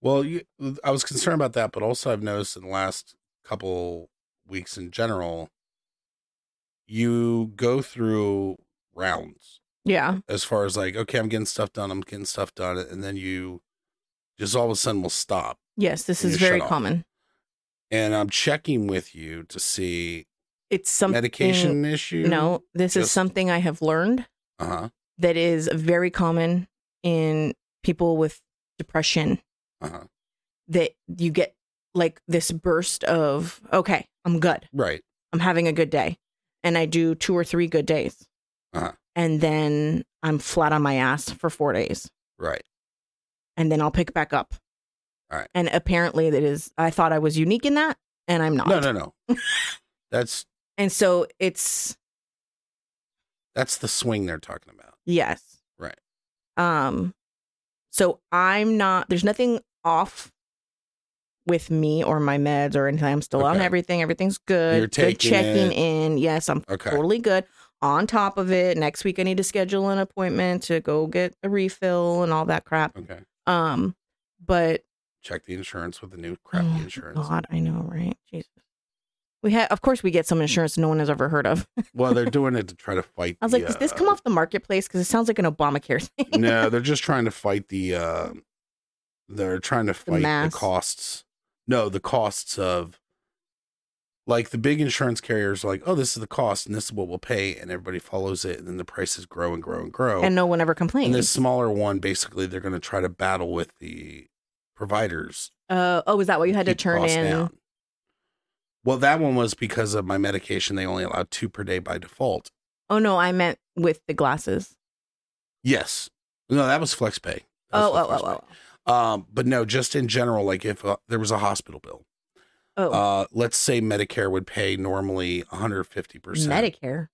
[SPEAKER 1] Well, you, I was concerned about that, but also I've noticed in the last couple weeks in general, you go through rounds
[SPEAKER 2] Yeah.
[SPEAKER 1] as far as like, okay, I'm getting stuff done, I'm getting stuff done, and then you just all of a sudden will stop.
[SPEAKER 2] Yes, this
[SPEAKER 1] And
[SPEAKER 2] is
[SPEAKER 1] you shut
[SPEAKER 2] very
[SPEAKER 1] off.
[SPEAKER 2] common.
[SPEAKER 1] And I'm checking with you to see
[SPEAKER 2] It's something
[SPEAKER 1] medication issue.
[SPEAKER 2] No, this is
[SPEAKER 1] Just-
[SPEAKER 2] something I have learned
[SPEAKER 1] Uh huh.
[SPEAKER 2] that is very common in people with depression
[SPEAKER 1] Uh huh.
[SPEAKER 2] that you get like this burst of okay, I'm good.
[SPEAKER 1] Right.
[SPEAKER 2] I'm having a good day. And I do two or three good days.
[SPEAKER 1] Uh-huh.
[SPEAKER 2] And then I'm flat on my ass for 4 days.
[SPEAKER 1] Right.
[SPEAKER 2] and then I'll pick back up.
[SPEAKER 1] All right.
[SPEAKER 2] And apparently that is I thought I was unique in that and I'm not.
[SPEAKER 1] No, no, no. that's
[SPEAKER 2] And so it's
[SPEAKER 1] that's the swing they're talking about.
[SPEAKER 2] yes.
[SPEAKER 1] Right.
[SPEAKER 2] Um so I'm not there's nothing off with me or my meds or anything. I'm still on
[SPEAKER 1] Okay.
[SPEAKER 2] everything. Everything's good.
[SPEAKER 1] You're
[SPEAKER 2] Good
[SPEAKER 1] taking
[SPEAKER 2] checking
[SPEAKER 1] it.
[SPEAKER 2] in. Yes, I'm
[SPEAKER 1] Okay.
[SPEAKER 2] totally good. On top of it, next week I need to schedule an appointment to go get a refill and all that crap.
[SPEAKER 1] Okay.
[SPEAKER 2] Um but
[SPEAKER 1] Check the insurance with the new
[SPEAKER 2] Oh,
[SPEAKER 1] crappy
[SPEAKER 2] my
[SPEAKER 1] insurance.
[SPEAKER 2] God, I know, right? Jesus. We had, of course, we get some insurance no one has ever heard of.
[SPEAKER 1] Well, they're doing it to try to fight.
[SPEAKER 2] [LAUGHS] I was like,
[SPEAKER 1] the,
[SPEAKER 2] does this
[SPEAKER 1] uh,
[SPEAKER 2] come off the marketplace? Because it sounds like an Obamacare thing.
[SPEAKER 1] no, they're just trying to fight the. Uh, they're trying to fight the,
[SPEAKER 2] mass.
[SPEAKER 1] costs. No, the costs of. Like the big insurance carriers, are like, oh, this is the cost, and this is what we'll pay, and everybody follows it, and then the prices grow and grow and grow.
[SPEAKER 2] [LAUGHS] and no one ever complains.
[SPEAKER 1] and this smaller one, basically, they're going to try to battle with the providers
[SPEAKER 2] uh, oh, is that what you had to
[SPEAKER 1] keep the
[SPEAKER 2] turn
[SPEAKER 1] cost
[SPEAKER 2] in?
[SPEAKER 1] down. Well, that one was because of my medication. They only allowed two per day by default.
[SPEAKER 2] Oh, no, I meant with the glasses.
[SPEAKER 1] Yes. No, that was FlexPay. That
[SPEAKER 2] Oh,
[SPEAKER 1] was
[SPEAKER 2] oh,
[SPEAKER 1] with
[SPEAKER 2] oh,
[SPEAKER 1] FlexPay.
[SPEAKER 2] oh,
[SPEAKER 1] Um, but no, just in general, like if uh, there was a hospital bill,
[SPEAKER 2] oh.
[SPEAKER 1] uh, let's say Medicare would pay normally 150 percent.
[SPEAKER 2] Medicare.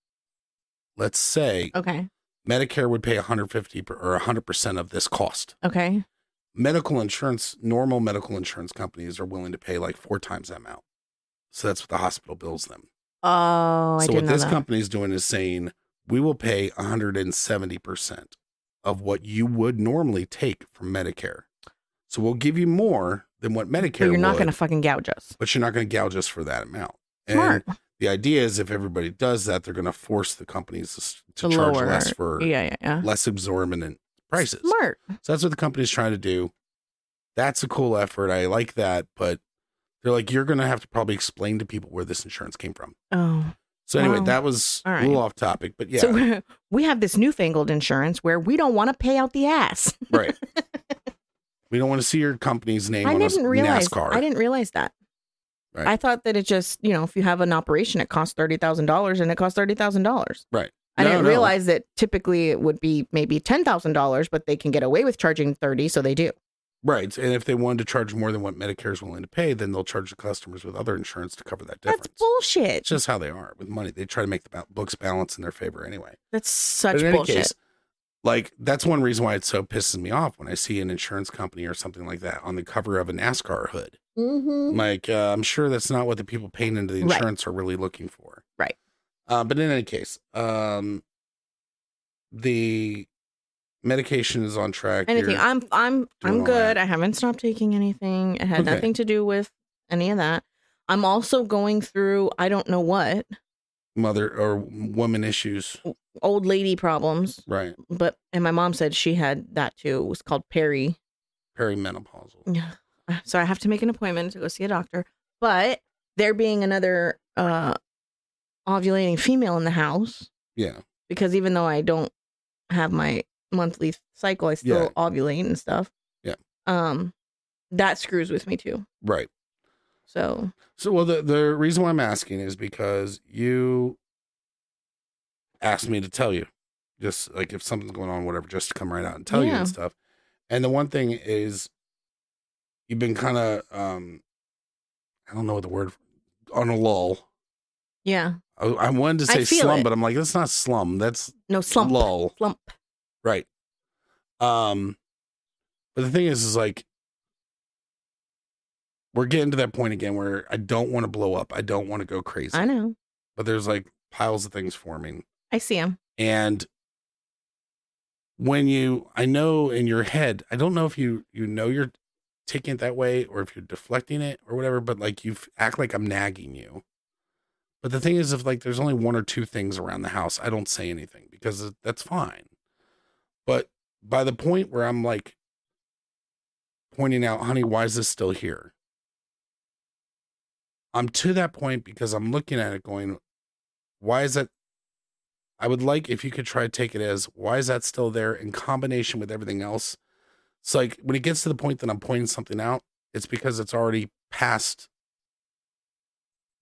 [SPEAKER 1] let's say
[SPEAKER 2] Okay.
[SPEAKER 1] Medicare would pay 150 per, or 100 percent of this cost.
[SPEAKER 2] Okay.
[SPEAKER 1] Medical insurance, normal medical insurance companies are willing to pay like four times that amount. So that's what the hospital bills them.
[SPEAKER 2] Oh, I
[SPEAKER 1] so
[SPEAKER 2] didn't
[SPEAKER 1] what
[SPEAKER 2] know
[SPEAKER 1] this
[SPEAKER 2] that.
[SPEAKER 1] company is doing is saying we will pay 170 percent of what you would normally take from Medicare. So we'll give you more than what Medicare.
[SPEAKER 2] but you're not
[SPEAKER 1] would.
[SPEAKER 2] going to fucking gouge us.
[SPEAKER 1] but you're not going to gouge us for that amount.
[SPEAKER 2] Smart.
[SPEAKER 1] And the idea is if everybody does that, they're going to force the companies to, s- to
[SPEAKER 2] To
[SPEAKER 1] charge
[SPEAKER 2] lower.
[SPEAKER 1] less for
[SPEAKER 2] Yeah, yeah, yeah.
[SPEAKER 1] less exorbitant prices.
[SPEAKER 2] Smart.
[SPEAKER 1] So that's what the company's trying to do. That's a cool effort. I like that, but they're like, you're going to have to probably explain to people where this insurance came from.
[SPEAKER 2] Oh.
[SPEAKER 1] So anyway,
[SPEAKER 2] Wow.
[SPEAKER 1] that was
[SPEAKER 2] All
[SPEAKER 1] a little
[SPEAKER 2] right.
[SPEAKER 1] off topic, but yeah,
[SPEAKER 2] So [LAUGHS] we have this newfangled insurance where we don't want to pay out the ass.
[SPEAKER 1] right. We don't want to see your company's name
[SPEAKER 2] I
[SPEAKER 1] on a s-
[SPEAKER 2] didn't realize.
[SPEAKER 1] NASCAR.
[SPEAKER 2] I didn't realize that.
[SPEAKER 1] Right.
[SPEAKER 2] I thought that it just you know if you have an operation it costs thirty thousand dollars and it costs thirty thousand dollars.
[SPEAKER 1] Right.
[SPEAKER 2] I
[SPEAKER 1] No,
[SPEAKER 2] didn't
[SPEAKER 1] no.
[SPEAKER 2] realize that typically it would be maybe ten thousand dollars, but they can get away with charging thirty, so they do.
[SPEAKER 1] Right. And if they wanted to charge more than what Medicare is willing to pay, then they'll charge the customers with other insurance to cover that difference.
[SPEAKER 2] That's bullshit.
[SPEAKER 1] It's just how they are with money. They try to make the ba- books balance in their favor anyway.
[SPEAKER 2] That's
[SPEAKER 1] But
[SPEAKER 2] such
[SPEAKER 1] in any
[SPEAKER 2] bullshit.
[SPEAKER 1] case, like that's one reason why it so pisses me off when I see an insurance company or something like that on the cover of a NASCAR hood.
[SPEAKER 2] mm-hmm.
[SPEAKER 1] Like uh, I'm sure that's not what the people paying into the
[SPEAKER 2] Right.
[SPEAKER 1] insurance are really looking for.
[SPEAKER 2] Right.
[SPEAKER 1] Uh, but in any case, um, the medication is on track.
[SPEAKER 2] Anything.
[SPEAKER 1] You're-
[SPEAKER 2] I'm I'm I'm
[SPEAKER 1] all that.
[SPEAKER 2] good. I haven't stopped taking anything. It had
[SPEAKER 1] Okay.
[SPEAKER 2] nothing to do with any of that. I'm also going through I don't know what
[SPEAKER 1] mother or woman issues.
[SPEAKER 2] old lady problems,
[SPEAKER 1] Right.
[SPEAKER 2] but and my mom said she had that too. It was called Perry. [SIGHS]
[SPEAKER 1] Perimenopausal.
[SPEAKER 2] Yeah. So I have to make an appointment to go see a doctor. But there being another uh ovulating female in the house,
[SPEAKER 1] Yeah.
[SPEAKER 2] because even though I don't have my monthly cycle, I still
[SPEAKER 1] Yeah.
[SPEAKER 2] ovulate and stuff.
[SPEAKER 1] Yeah.
[SPEAKER 2] Um that screws with me too.
[SPEAKER 1] Right.
[SPEAKER 2] So
[SPEAKER 1] So, well, the, the reason why I'm asking is because you asked me to tell you, just like if something's going on, whatever, just to come right out and tell you
[SPEAKER 2] Yeah.
[SPEAKER 1] and stuff. And the one thing is, you've been kind of, um, I don't know what the word, on a lull.
[SPEAKER 2] yeah.
[SPEAKER 1] I, I wanted to
[SPEAKER 2] I
[SPEAKER 1] say
[SPEAKER 2] feel
[SPEAKER 1] slum,
[SPEAKER 2] it.
[SPEAKER 1] but I'm like, that's not slum. That's
[SPEAKER 2] No slump.
[SPEAKER 1] lull.
[SPEAKER 2] Slump.
[SPEAKER 1] Right. Um, but the thing is, is like, we're getting to that point again where I don't want to blow up. I don't want to go crazy
[SPEAKER 2] I know.
[SPEAKER 1] but there's like piles of things forming.
[SPEAKER 2] I see him.
[SPEAKER 1] And when you I know in your head, I don't know if you you know you're taking it that way or if you're deflecting it or whatever, but like you f- act like I'm nagging you. But the thing is, if like there's only one or two things around the house, I don't say anything because it- that's fine. But by the point where I'm like pointing out, honey, why is this still here? I'm to that point because I'm looking at it going, why is that? I would like if you could try to take it as why is that still there in combination with everything else? So like when it gets to the point that I'm pointing something out, it's because it's already past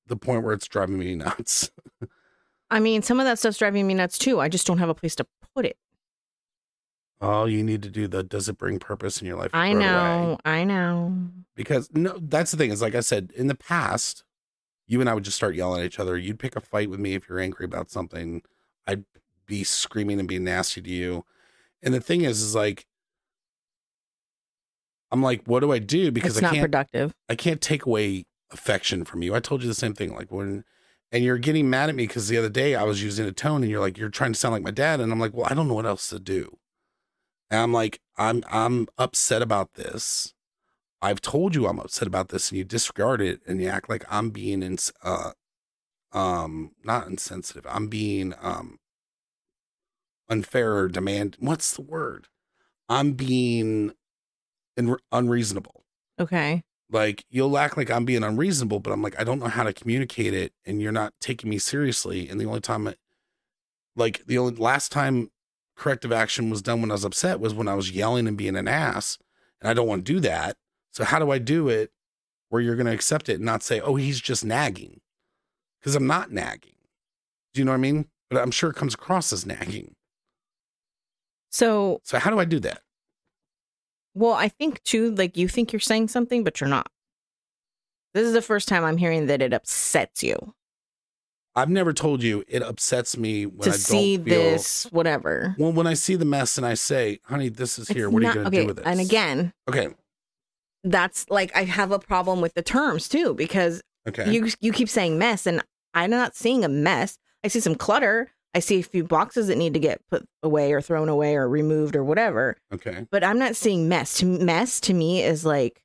[SPEAKER 1] the point where it's driving me nuts.
[SPEAKER 2] I mean, some of that stuff's driving me nuts too. I just don't have a place to put it.
[SPEAKER 1] Oh, you need to do the does it bring purpose in your life?
[SPEAKER 2] I
[SPEAKER 1] Throw it away.
[SPEAKER 2] know. I know.
[SPEAKER 1] because no that's the thing is like i said in the past you and i would just start yelling at each other you'd pick a fight with me if you're angry about something i'd be screaming and being nasty to you and the thing is is like i'm like what do i do because
[SPEAKER 2] it's
[SPEAKER 1] i
[SPEAKER 2] not
[SPEAKER 1] can't
[SPEAKER 2] productive.
[SPEAKER 1] i can't take away affection from you i told you the same thing like when and you're getting mad at me because the other day i was using a tone and you're like you're trying to sound like my dad and i'm like well i don't know what else to do and I'm like, I'm I'm upset about this. I've told you I'm upset about this, and you disregard it, and you act like I'm being ins- uh, um, not insensitive. I'm being um, unfair or demand. What's the word? I'm being in- unreasonable.
[SPEAKER 2] Okay.
[SPEAKER 1] Like you'll act like I'm being unreasonable, but I'm like I don't know how to communicate it, and you're not taking me seriously. And the only time, I, like the only last time corrective action was done when I was upset was when I was yelling and being an ass. And I don't want to do that. So how do I do it where you're going to accept it and not say, oh, he's just nagging? Because I'm not nagging. Do you know what I mean? But I'm sure it comes across as nagging.
[SPEAKER 2] So,
[SPEAKER 1] So how do I do that?
[SPEAKER 2] well, I think too, like you think you're saying something, but you're not. This is the first time I'm hearing that it upsets you
[SPEAKER 1] I've never told you it upsets me when
[SPEAKER 2] to
[SPEAKER 1] I don't
[SPEAKER 2] see
[SPEAKER 1] feel
[SPEAKER 2] this, whatever.
[SPEAKER 1] Well, when I see the mess and I say, honey, this is
[SPEAKER 2] It's
[SPEAKER 1] here. what
[SPEAKER 2] not-
[SPEAKER 1] are you going to
[SPEAKER 2] okay,
[SPEAKER 1] do with this?
[SPEAKER 2] And again,
[SPEAKER 1] Okay.
[SPEAKER 2] that's like I have a problem with the terms too because
[SPEAKER 1] Okay.
[SPEAKER 2] you you keep saying mess and I'm not seeing a mess. I see some clutter. I see a few boxes that need to get put away or thrown away or removed or whatever.
[SPEAKER 1] okay.
[SPEAKER 2] But I'm not seeing mess. To mess to me is like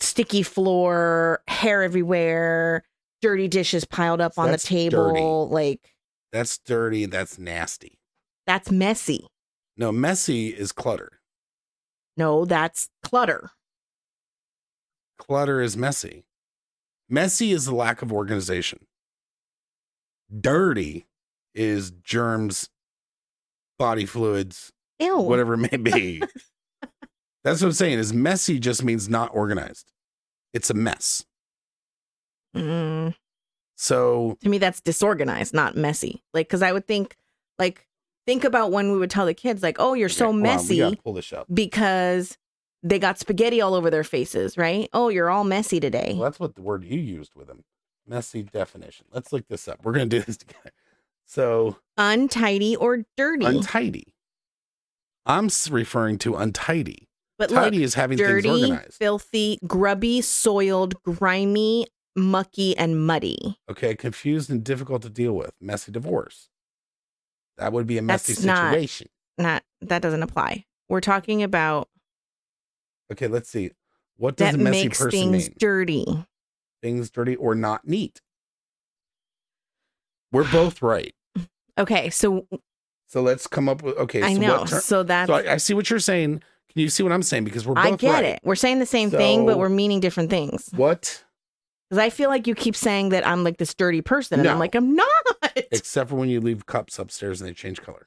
[SPEAKER 2] sticky floor, hair everywhere, dirty dishes piled up on
[SPEAKER 1] That's
[SPEAKER 2] the table. Like
[SPEAKER 1] That's dirty. That's nasty.
[SPEAKER 2] that's messy.
[SPEAKER 1] No, messy is clutter.
[SPEAKER 2] No, that's clutter.
[SPEAKER 1] clutter is messy. Messy is the lack of organization. Dirty is germs, body fluids,
[SPEAKER 2] Ew.
[SPEAKER 1] whatever it may
[SPEAKER 2] [LAUGHS]
[SPEAKER 1] be. That's what I'm saying. Is messy just means not organized. It's a mess.
[SPEAKER 2] Mm.
[SPEAKER 1] So
[SPEAKER 2] to me that's disorganized not messy like because i would think like think about when we would tell the kids like oh you're
[SPEAKER 1] Okay,
[SPEAKER 2] so
[SPEAKER 1] hold on, we
[SPEAKER 2] messy
[SPEAKER 1] gotta pull this up.
[SPEAKER 2] because they got spaghetti all over their faces right oh you're all messy today
[SPEAKER 1] Well, that's what the word you used with him. Messy definition. Let's look this up. We're gonna do this [LAUGHS] together. So
[SPEAKER 2] untidy or dirty
[SPEAKER 1] untidy. I'm s- referring to untidy.
[SPEAKER 2] but look
[SPEAKER 1] Tidy is having things
[SPEAKER 2] dirty
[SPEAKER 1] organized.
[SPEAKER 2] filthy grubby soiled grimy mucky and muddy
[SPEAKER 1] Okay, confused and difficult to deal with. Messy divorce. That would be a messy
[SPEAKER 2] That's not-
[SPEAKER 1] situation.
[SPEAKER 2] not that doesn't apply we're talking about
[SPEAKER 1] Okay, let's see. What does
[SPEAKER 2] that
[SPEAKER 1] a messy
[SPEAKER 2] makes
[SPEAKER 1] person
[SPEAKER 2] things
[SPEAKER 1] mean?
[SPEAKER 2] dirty
[SPEAKER 1] things dirty or not neat. We're both right.
[SPEAKER 2] okay so
[SPEAKER 1] So let's come up with okay.
[SPEAKER 2] i
[SPEAKER 1] so
[SPEAKER 2] know
[SPEAKER 1] What ter-
[SPEAKER 2] so that's
[SPEAKER 1] so I, I see what you're saying. Can you see what I'm saying? Because we're both
[SPEAKER 2] I get
[SPEAKER 1] right.
[SPEAKER 2] it. We're saying the same thing, but
[SPEAKER 1] So-
[SPEAKER 2] we're meaning different things.
[SPEAKER 1] What
[SPEAKER 2] Because I feel like you keep saying that I'm like this dirty person, and I'm
[SPEAKER 1] No.
[SPEAKER 2] like, I'm not.
[SPEAKER 1] except for when you leave cups upstairs and they change color.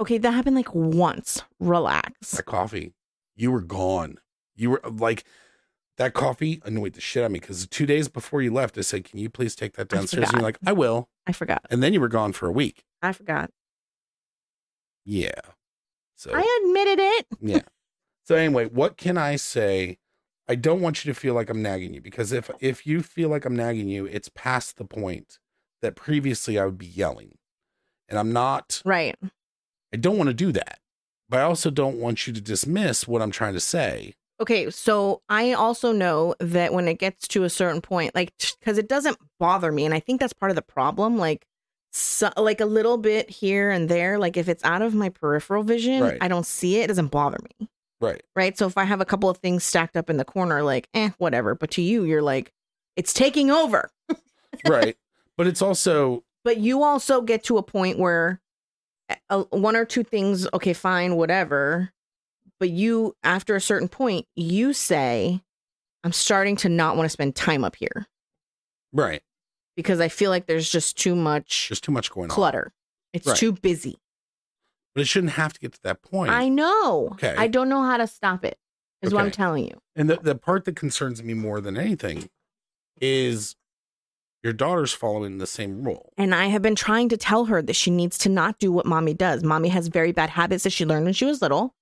[SPEAKER 2] okay, that happened like once. Relax.
[SPEAKER 1] That coffee, you were gone. You were like that coffee annoyed the shit out of me because two days before you left, I said, "Can you please take that
[SPEAKER 2] I
[SPEAKER 1] downstairs?" And you're
[SPEAKER 2] forgot.
[SPEAKER 1] like, "I will."
[SPEAKER 2] I forgot.
[SPEAKER 1] and then you were gone for a week.
[SPEAKER 2] I forgot.
[SPEAKER 1] Yeah. So
[SPEAKER 2] I admitted it.
[SPEAKER 1] yeah. So anyway, what can I say? I don't want you to feel like I'm nagging you because if if you feel like I'm nagging you, it's past the point that previously I would be yelling. And I'm not
[SPEAKER 2] Right.
[SPEAKER 1] I don't want to do that. But I also don't want you to dismiss what I'm trying to say.
[SPEAKER 2] Okay, so I also know that when it gets to a certain point, like, because it doesn't bother me. And I think that's part of the problem. Like, so, like a little bit here and there. Like if it's out of my peripheral vision,
[SPEAKER 1] Right.
[SPEAKER 2] I don't see it. It doesn't bother me.
[SPEAKER 1] [LAUGHS] Right.
[SPEAKER 2] Right. So if I have a couple of things stacked up in the corner, like, eh, whatever. But to you, you're like, it's taking over.
[SPEAKER 1] Right. but it's also
[SPEAKER 2] But you also get to a point where uh, one or two things, okay, fine, whatever. But you, after a certain point, you say, I'm starting to not want to spend time up here
[SPEAKER 1] right.
[SPEAKER 2] because I feel like there's just too much
[SPEAKER 1] There's too much going on.
[SPEAKER 2] clutter. It's
[SPEAKER 1] Right.
[SPEAKER 2] too busy.
[SPEAKER 1] But it shouldn't have to get to that point.
[SPEAKER 2] I know.
[SPEAKER 1] Okay.
[SPEAKER 2] I don't know how to stop it. Is what I'm
[SPEAKER 1] Okay.
[SPEAKER 2] telling you.
[SPEAKER 1] And the, the part that concerns me more than anything is your daughter's following the same rule.
[SPEAKER 2] And I have been trying to tell her that she needs to not do what mommy does. Mommy has very bad habits that she learned when she was little,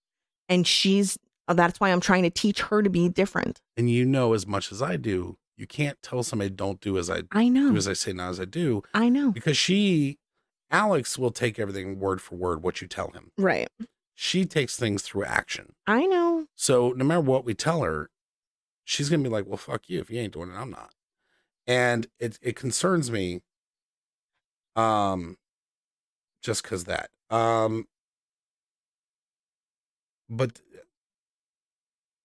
[SPEAKER 2] and she's that's why I'm trying to teach her to be different.
[SPEAKER 1] And you know as much as I do, you can't tell somebody don't do as I
[SPEAKER 2] I
[SPEAKER 1] do
[SPEAKER 2] know.
[SPEAKER 1] as I say, not as I do,
[SPEAKER 2] I know.
[SPEAKER 1] because she Alex will take everything word for word what you tell him.
[SPEAKER 2] Right.
[SPEAKER 1] She takes things through action.
[SPEAKER 2] I know.
[SPEAKER 1] So no matter what we tell her, she's gonna be like, Well, fuck you. If you ain't doing it, I'm not. And it it concerns me um just cause that. Um but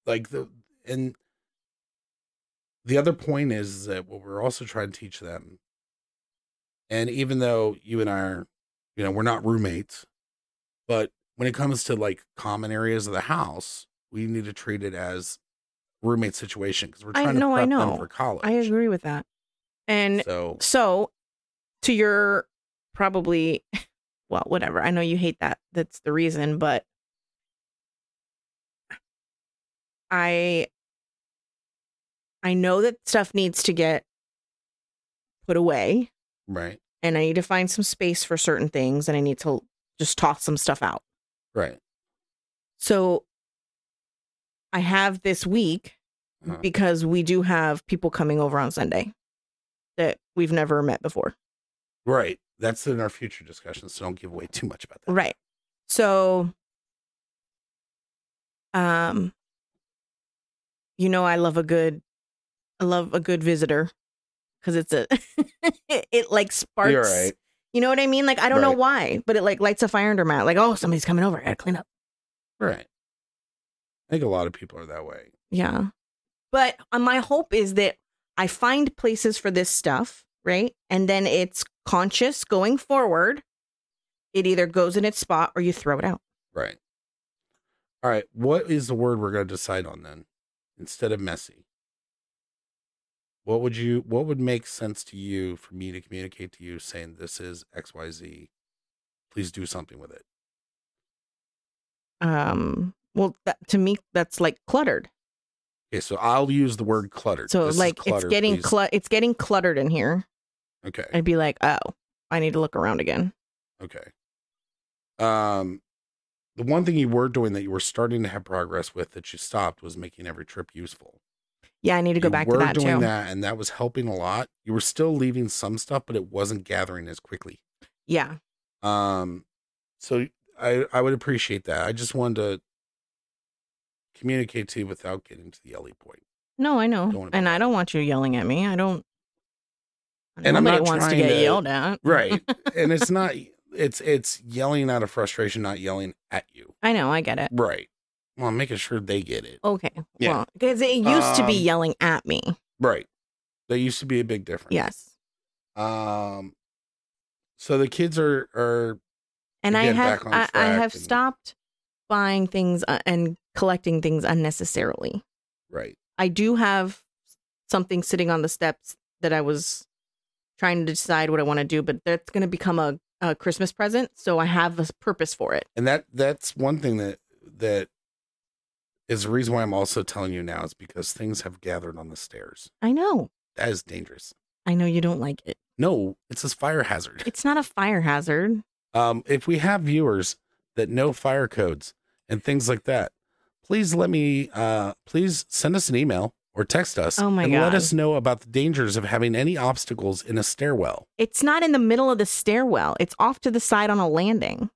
[SPEAKER 1] like the and the other point is that what we're also trying to teach them, and even though you and I are, you know, we're not roommates, but when it comes to like common areas of the house, we need to treat it as roommate situation because we're
[SPEAKER 2] I
[SPEAKER 1] trying to
[SPEAKER 2] know, I
[SPEAKER 1] prep
[SPEAKER 2] know.
[SPEAKER 1] them for college.
[SPEAKER 2] I agree with that. And
[SPEAKER 1] So
[SPEAKER 2] so, to your probably, [LAUGHS] well, whatever. I know you hate that. That's the reason, but I I know that stuff needs to get put away
[SPEAKER 1] right,
[SPEAKER 2] and I need to find some space for certain things and I need to just toss some stuff out.
[SPEAKER 1] right,
[SPEAKER 2] So I have this week
[SPEAKER 1] Uh-huh.
[SPEAKER 2] because we do have people coming over on Sunday that we've never met before.
[SPEAKER 1] right. That's in our future discussions. So don't give away too much about that.
[SPEAKER 2] Right. So um you know I love a good I love a good visitor cuz it's a [LAUGHS] it, it like sparks
[SPEAKER 1] You're right.
[SPEAKER 2] You know what I mean? Like I don't know
[SPEAKER 1] Right.
[SPEAKER 2] why, but it like lights a fire under my like oh somebody's coming over, I got to clean up.
[SPEAKER 1] Right. I think a lot of people are that way.
[SPEAKER 2] Yeah. But uh, my hope is that I find places for this stuff, right? And then it's conscious going forward. It either goes in its spot or you throw it out.
[SPEAKER 1] Right. All right. What is the word we're going to decide on then instead of messy? What would you, what would make sense to you for me to communicate to you saying this is XYZ? Please do something with it.
[SPEAKER 2] um well that, to me that's like cluttered
[SPEAKER 1] Okay. So I'll use the word cluttered.
[SPEAKER 2] so
[SPEAKER 1] This is
[SPEAKER 2] like it's
[SPEAKER 1] clutter,
[SPEAKER 2] getting
[SPEAKER 1] please.
[SPEAKER 2] clu- it's getting cluttered in here
[SPEAKER 1] Okay.
[SPEAKER 2] i'd be like oh i need to look around again
[SPEAKER 1] Okay. Um, the one thing you were doing that you were starting to have progress with that you stopped was making every trip useful.
[SPEAKER 2] yeah i need to go
[SPEAKER 1] you
[SPEAKER 2] back
[SPEAKER 1] were
[SPEAKER 2] to that
[SPEAKER 1] doing
[SPEAKER 2] too
[SPEAKER 1] that and that was helping a lot you were still leaving some stuff but it wasn't gathering as quickly
[SPEAKER 2] yeah
[SPEAKER 1] um so i i would appreciate that i just wanted to communicate to you without getting to the le point
[SPEAKER 2] no i
[SPEAKER 1] Don't
[SPEAKER 2] know
[SPEAKER 1] worry
[SPEAKER 2] and
[SPEAKER 1] about
[SPEAKER 2] i don't want you yelling at me i don't
[SPEAKER 1] And I'm
[SPEAKER 2] nobody
[SPEAKER 1] not
[SPEAKER 2] wants to
[SPEAKER 1] trying
[SPEAKER 2] get
[SPEAKER 1] to-
[SPEAKER 2] yelled at
[SPEAKER 1] right [LAUGHS] and it's not it's it's yelling out of frustration not yelling at you
[SPEAKER 2] [LAUGHS] i know i get it
[SPEAKER 1] right well i'm making sure they get it
[SPEAKER 2] okay
[SPEAKER 1] Yeah.
[SPEAKER 2] well because it used to be
[SPEAKER 1] Um,
[SPEAKER 2] yelling at me
[SPEAKER 1] right that used to be a big difference
[SPEAKER 2] yes
[SPEAKER 1] um so the kids are are
[SPEAKER 2] and I
[SPEAKER 1] Again,
[SPEAKER 2] have
[SPEAKER 1] back on
[SPEAKER 2] I, I
[SPEAKER 1] track
[SPEAKER 2] have
[SPEAKER 1] and-
[SPEAKER 2] stopped buying things uh, and collecting things unnecessarily
[SPEAKER 1] right
[SPEAKER 2] I do have something sitting on the steps that I was trying to decide what I want to do, but that's going to become a, a Christmas present. So I have a s- purpose for it.
[SPEAKER 1] and that that's one thing that that is the reason why I'm also telling you now is because things have gathered on the stairs.
[SPEAKER 2] I know.
[SPEAKER 1] That is dangerous.
[SPEAKER 2] I know you don't like it.
[SPEAKER 1] No, it's a fire hazard.
[SPEAKER 2] It's not a fire hazard.
[SPEAKER 1] Um, if we have viewers that know fire codes and things like that, please let me. Uh, please send us an email or text us.
[SPEAKER 2] Oh my
[SPEAKER 1] and Let
[SPEAKER 2] God.
[SPEAKER 1] us know about the dangers of having any obstacles in a stairwell.
[SPEAKER 2] It's not in the middle of the stairwell. It's off to the side on a landing.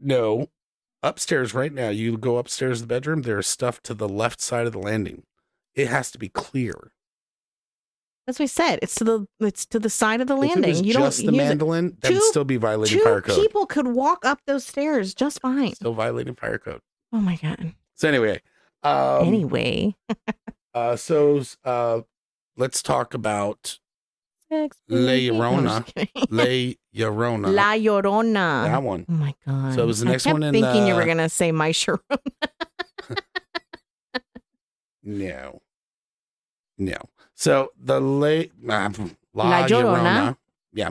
[SPEAKER 1] No, upstairs right now. You go upstairs to the bedroom. There's stuff to the left side of the landing. It has to be clear.
[SPEAKER 2] That's what I said. It's to the it's to the side of the landing.
[SPEAKER 1] If it was
[SPEAKER 2] you
[SPEAKER 1] just
[SPEAKER 2] don't
[SPEAKER 1] the
[SPEAKER 2] use it.
[SPEAKER 1] mandolin, that would
[SPEAKER 2] Two-
[SPEAKER 1] still be violating
[SPEAKER 2] Two
[SPEAKER 1] fire code.
[SPEAKER 2] people could walk up those stairs just fine.
[SPEAKER 1] Still violating fire code.
[SPEAKER 2] Oh my god.
[SPEAKER 1] So anyway, um,
[SPEAKER 2] anyway,
[SPEAKER 1] uh, so uh, let's talk about
[SPEAKER 2] Sex
[SPEAKER 1] La
[SPEAKER 2] baby. No, I'm
[SPEAKER 1] Llorona.
[SPEAKER 2] just kidding.
[SPEAKER 1] La Llorona.
[SPEAKER 2] La
[SPEAKER 1] that
[SPEAKER 2] Llorona.
[SPEAKER 1] one.
[SPEAKER 2] Oh my god.
[SPEAKER 1] So it was the
[SPEAKER 2] I
[SPEAKER 1] next
[SPEAKER 2] kept
[SPEAKER 1] one in,
[SPEAKER 2] thinking you
[SPEAKER 1] uh,
[SPEAKER 2] were gonna say my Sharona.
[SPEAKER 1] No. No. So the La, uh, La, Llorona.
[SPEAKER 2] La Llorona.
[SPEAKER 1] Yeah.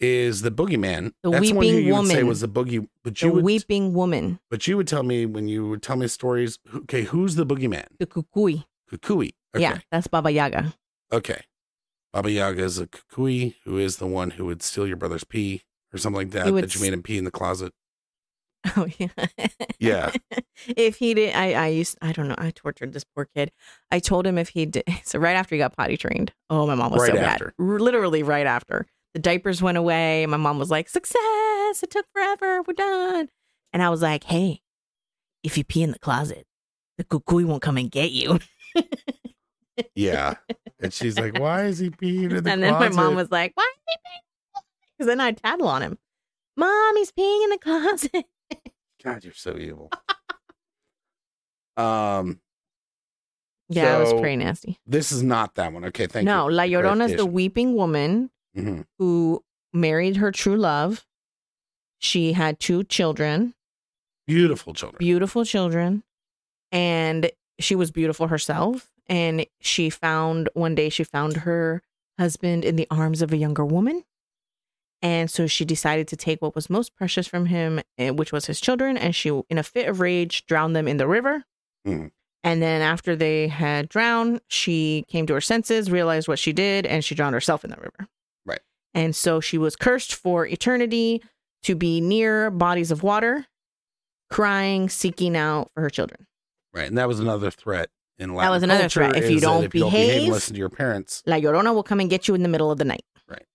[SPEAKER 1] Is the boogeyman.
[SPEAKER 2] The
[SPEAKER 1] That's one who
[SPEAKER 2] weeping
[SPEAKER 1] you would say
[SPEAKER 2] woman.
[SPEAKER 1] was the boogie. But you,
[SPEAKER 2] The
[SPEAKER 1] would,
[SPEAKER 2] weeping woman.
[SPEAKER 1] but you would tell me when you would tell me stories. who- Okay, who's the boogeyman?
[SPEAKER 2] The kukui.
[SPEAKER 1] Kukui. Okay.
[SPEAKER 2] Yeah, that's Baba Yaga. [LAUGHS]
[SPEAKER 1] Okay. Baba Yaga is a kukui who is the one who would steal your brother's pee or something like that
[SPEAKER 2] He would
[SPEAKER 1] that you made him pee in the closet.
[SPEAKER 2] Oh yeah. [LAUGHS]
[SPEAKER 1] Yeah.
[SPEAKER 2] if he did, I I used I don't know. I tortured this poor kid. I told him if he did. [LAUGHS] So right after he got potty trained. Oh, my mom was
[SPEAKER 1] Right
[SPEAKER 2] so
[SPEAKER 1] after.
[SPEAKER 2] bad. R- Literally right after the diapers went away. My mom was like, "Success! It took forever. We're done." And I was like, "Hey, if you pee in the closet, the cuckoo won't come and get you."
[SPEAKER 1] Yeah. and she's like, "Why is he peeing in [LAUGHS] the
[SPEAKER 2] and
[SPEAKER 1] closet?"
[SPEAKER 2] then my mom was like, "Why is he peeing?" Because then I'd tattle on him. Mom, he's peeing in the [LAUGHS] closet.
[SPEAKER 1] "God, you're so evil." um,
[SPEAKER 2] Yeah, it
[SPEAKER 1] So-
[SPEAKER 2] was pretty nasty.
[SPEAKER 1] this is not that one. Okay, thank
[SPEAKER 2] no,
[SPEAKER 1] you.
[SPEAKER 2] La Llorona is the weeping woman
[SPEAKER 1] hmm
[SPEAKER 2] who married her true love. She had two children,
[SPEAKER 1] beautiful children.
[SPEAKER 2] beautiful children, and she was beautiful herself. And she found one day she found her husband in the arms of a younger woman. And so she decided to take what was most precious from him, eh, which was his children, and she, in a fit of rage, drowned them in the river.
[SPEAKER 1] Mhm.
[SPEAKER 2] And then, after they had drowned, she came to her senses, realized what she did, and she drowned herself in the river.
[SPEAKER 1] Right.
[SPEAKER 2] And so she was cursed for eternity to be near bodies of water, crying, seeking out for her children.
[SPEAKER 1] right, and that was another threat in Latin
[SPEAKER 2] That was another
[SPEAKER 1] culture
[SPEAKER 2] threat. If
[SPEAKER 1] is
[SPEAKER 2] you
[SPEAKER 1] that
[SPEAKER 2] don't
[SPEAKER 1] if you don't behave, and
[SPEAKER 2] behave-
[SPEAKER 1] listen to your parents.
[SPEAKER 2] La Llorona will come and get you in the middle of the night.
[SPEAKER 1] Right.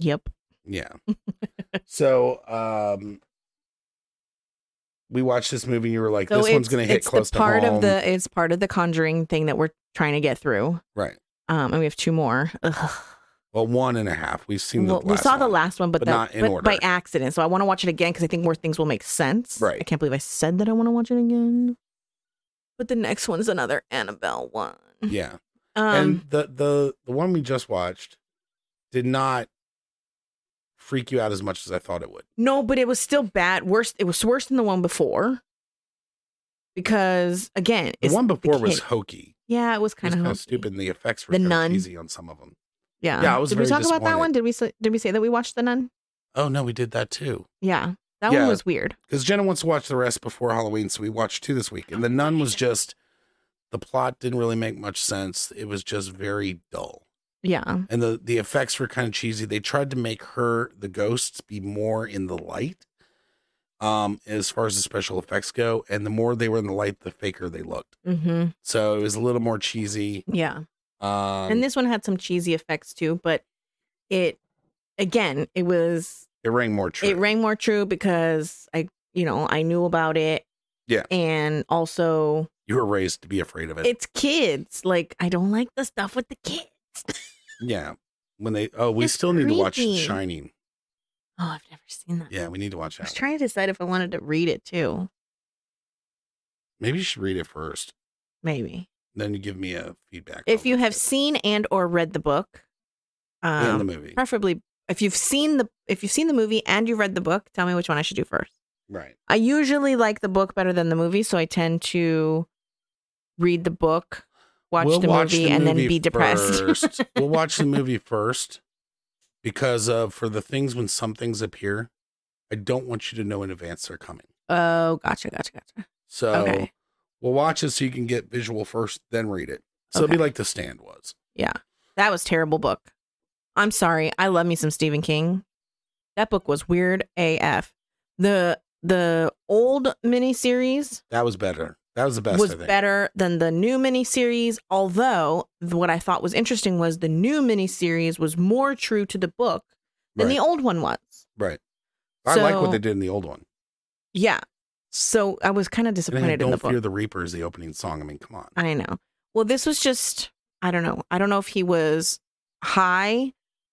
[SPEAKER 2] Yep. [LAUGHS]
[SPEAKER 1] Yeah. so, um, we watched this movie. and You were like, "This one's going to hit
[SPEAKER 2] it's
[SPEAKER 1] close
[SPEAKER 2] the part
[SPEAKER 1] to home."
[SPEAKER 2] of the it's part of the conjuring thing that we're trying to get through.
[SPEAKER 1] right.
[SPEAKER 2] Um, and we have two more. Ugh.
[SPEAKER 1] Well, one and a half. We've seen
[SPEAKER 2] Well,
[SPEAKER 1] the
[SPEAKER 2] we
[SPEAKER 1] last
[SPEAKER 2] saw the
[SPEAKER 1] one.
[SPEAKER 2] last one, but,
[SPEAKER 1] but
[SPEAKER 2] that,
[SPEAKER 1] not in
[SPEAKER 2] but
[SPEAKER 1] order.
[SPEAKER 2] by accident. So I want to watch it again because I think more things will make sense.
[SPEAKER 1] Right.
[SPEAKER 2] I can't believe I said that I want to watch it again. But the next one's another Annabelle one.
[SPEAKER 1] Yeah.
[SPEAKER 2] Um,
[SPEAKER 1] and the the the one we just watched did not freak you out as much as I thought it would.
[SPEAKER 2] No, but it was still bad. Worse, it was worse than the one before. Because again,
[SPEAKER 1] The
[SPEAKER 2] it's
[SPEAKER 1] one before was
[SPEAKER 2] kid.
[SPEAKER 1] hokey,
[SPEAKER 2] yeah, it was
[SPEAKER 1] kind
[SPEAKER 2] kind
[SPEAKER 1] it was
[SPEAKER 2] of
[SPEAKER 1] kind of stupid. And the effects were
[SPEAKER 2] The
[SPEAKER 1] kind
[SPEAKER 2] Nun.
[SPEAKER 1] of easy on some of them.
[SPEAKER 2] Yeah,
[SPEAKER 1] Yeah, I was
[SPEAKER 2] Did we
[SPEAKER 1] very
[SPEAKER 2] talk about that
[SPEAKER 1] disappointed.
[SPEAKER 2] one? Did we say, did we say that we watched the nun?
[SPEAKER 1] Oh no, we did that too.
[SPEAKER 2] Yeah, that
[SPEAKER 1] Yeah.
[SPEAKER 2] one was weird.
[SPEAKER 1] Because Jenna wants to watch the rest before Halloween, so we watched two this week. And the Nun was just the plot didn't really make much sense. It was just very dull,
[SPEAKER 2] Yeah,
[SPEAKER 1] and the the effects were kind of cheesy. They tried to make her the ghosts be more in the light. Um, as far as the special effects go, and the more they were in the light, the faker they looked.
[SPEAKER 2] mm-hmm.
[SPEAKER 1] So it was a little more cheesy.
[SPEAKER 2] yeah.
[SPEAKER 1] Um,
[SPEAKER 2] and this one had some cheesy effects too, but it again, it was
[SPEAKER 1] it rang more true.
[SPEAKER 2] It rang more true because I, you know, I knew about it.
[SPEAKER 1] Yeah.
[SPEAKER 2] And also,
[SPEAKER 1] you were raised to be afraid of it.
[SPEAKER 2] it's kids. Like, I don't like the stuff with the kids.
[SPEAKER 1] yeah. When they oh, we
[SPEAKER 2] It's
[SPEAKER 1] still need to watch The
[SPEAKER 2] creepy.
[SPEAKER 1] Shining.
[SPEAKER 2] Oh, I've never seen that.
[SPEAKER 1] Yeah, we need to watch
[SPEAKER 2] I was
[SPEAKER 1] that.
[SPEAKER 2] trying to decide if I wanted to read it too.
[SPEAKER 1] Maybe you should read it first,
[SPEAKER 2] Maybe
[SPEAKER 1] then you give me a feedback.
[SPEAKER 2] if
[SPEAKER 1] on
[SPEAKER 2] you
[SPEAKER 1] what
[SPEAKER 2] have
[SPEAKER 1] it-
[SPEAKER 2] seen and or read the book,
[SPEAKER 1] and the
[SPEAKER 2] um,
[SPEAKER 1] movie,
[SPEAKER 2] preferably if you've seen the if you've seen the movie and you've read the book, tell me which one I should do first.
[SPEAKER 1] right?
[SPEAKER 2] I usually like the book better than the movie, so I tend to read the book, watch
[SPEAKER 1] We'll
[SPEAKER 2] the
[SPEAKER 1] watch
[SPEAKER 2] movie,
[SPEAKER 1] the
[SPEAKER 2] and then
[SPEAKER 1] movie
[SPEAKER 2] be depressed. [LAUGHS]
[SPEAKER 1] first. we'll watch the movie first because of for the things when some things appear, I don't want you to know in advance they're coming.
[SPEAKER 2] Oh, gotcha, gotcha, gotcha.
[SPEAKER 1] So
[SPEAKER 2] Okay.
[SPEAKER 1] we'll watch it so you can get visual first, then read it. So it'll be
[SPEAKER 2] Okay.
[SPEAKER 1] like The Stand was.
[SPEAKER 2] That was terrible book. I'm sorry. I love me some Stephen King. That book was weird AF. The the old miniseries
[SPEAKER 1] That was better. That was the best. I
[SPEAKER 2] was
[SPEAKER 1] think.
[SPEAKER 2] better than the new miniseries, although th- what I thought was interesting was the new miniseries was more true to the book than
[SPEAKER 1] right.
[SPEAKER 2] the old one was.
[SPEAKER 1] right. I like what
[SPEAKER 2] So-
[SPEAKER 1] they did in the old one.
[SPEAKER 2] Yeah. So I was kind of
[SPEAKER 1] And they had
[SPEAKER 2] disappointed in the
[SPEAKER 1] Don't
[SPEAKER 2] book.
[SPEAKER 1] fear the Reaper is the opening song. I mean, come on.
[SPEAKER 2] I know. Well, this was just I don't know. I don't know if he was high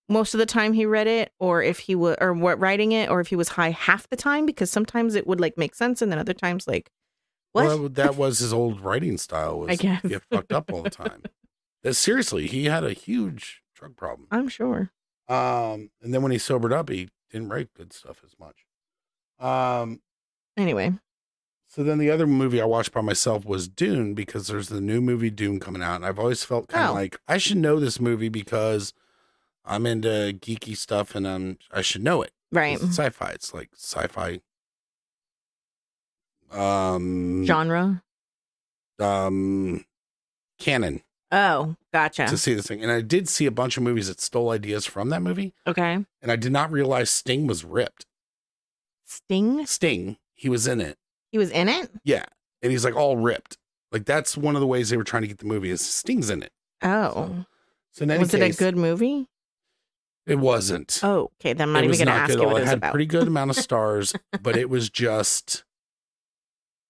[SPEAKER 2] most of the time he read it or if he was or what writing it or if he was high half the time because sometimes it would like make sense and then other times like what?
[SPEAKER 1] Well, that was his old writing style. Was
[SPEAKER 2] I guess.
[SPEAKER 1] get fucked up all the time. That- seriously, he had a huge drug problem.
[SPEAKER 2] I'm sure.
[SPEAKER 1] Um, and then when he sobered up, he didn't write good stuff as much. Um,
[SPEAKER 2] Anyway,
[SPEAKER 1] so then the other movie I watched by myself was Dune because there's the new movie Dune coming out, and I've always felt kind of
[SPEAKER 2] Oh.
[SPEAKER 1] like I should know this movie because I'm into geeky stuff and I'm I should know it.
[SPEAKER 2] right.
[SPEAKER 1] 'Cause It's sci-fi. It's like sci-fi. Um,
[SPEAKER 2] Genre.
[SPEAKER 1] um, canon
[SPEAKER 2] Oh, gotcha.
[SPEAKER 1] to see this thing, and I did see a bunch of movies that stole ideas from that movie,
[SPEAKER 2] okay.
[SPEAKER 1] and I did not realize Sting was
[SPEAKER 2] [LAUGHS]
[SPEAKER 1] ripped.
[SPEAKER 2] Sting.
[SPEAKER 1] Sting, he was in it,
[SPEAKER 2] He was in it?
[SPEAKER 1] and he's like all ripped. Like that's one of the ways they were trying to get the movie is Sting's in it.
[SPEAKER 2] Oh.
[SPEAKER 1] So in any
[SPEAKER 2] was it
[SPEAKER 1] case,
[SPEAKER 2] a good movie?
[SPEAKER 1] It wasn't.
[SPEAKER 2] Oh, okay. Then I'm not
[SPEAKER 1] it
[SPEAKER 2] even
[SPEAKER 1] was
[SPEAKER 2] going to
[SPEAKER 1] not
[SPEAKER 2] ask
[SPEAKER 1] good at
[SPEAKER 2] you
[SPEAKER 1] all.
[SPEAKER 2] what
[SPEAKER 1] it
[SPEAKER 2] it's
[SPEAKER 1] had
[SPEAKER 2] about.
[SPEAKER 1] pretty good
[SPEAKER 2] [LAUGHS]
[SPEAKER 1] amount of stars, but it was just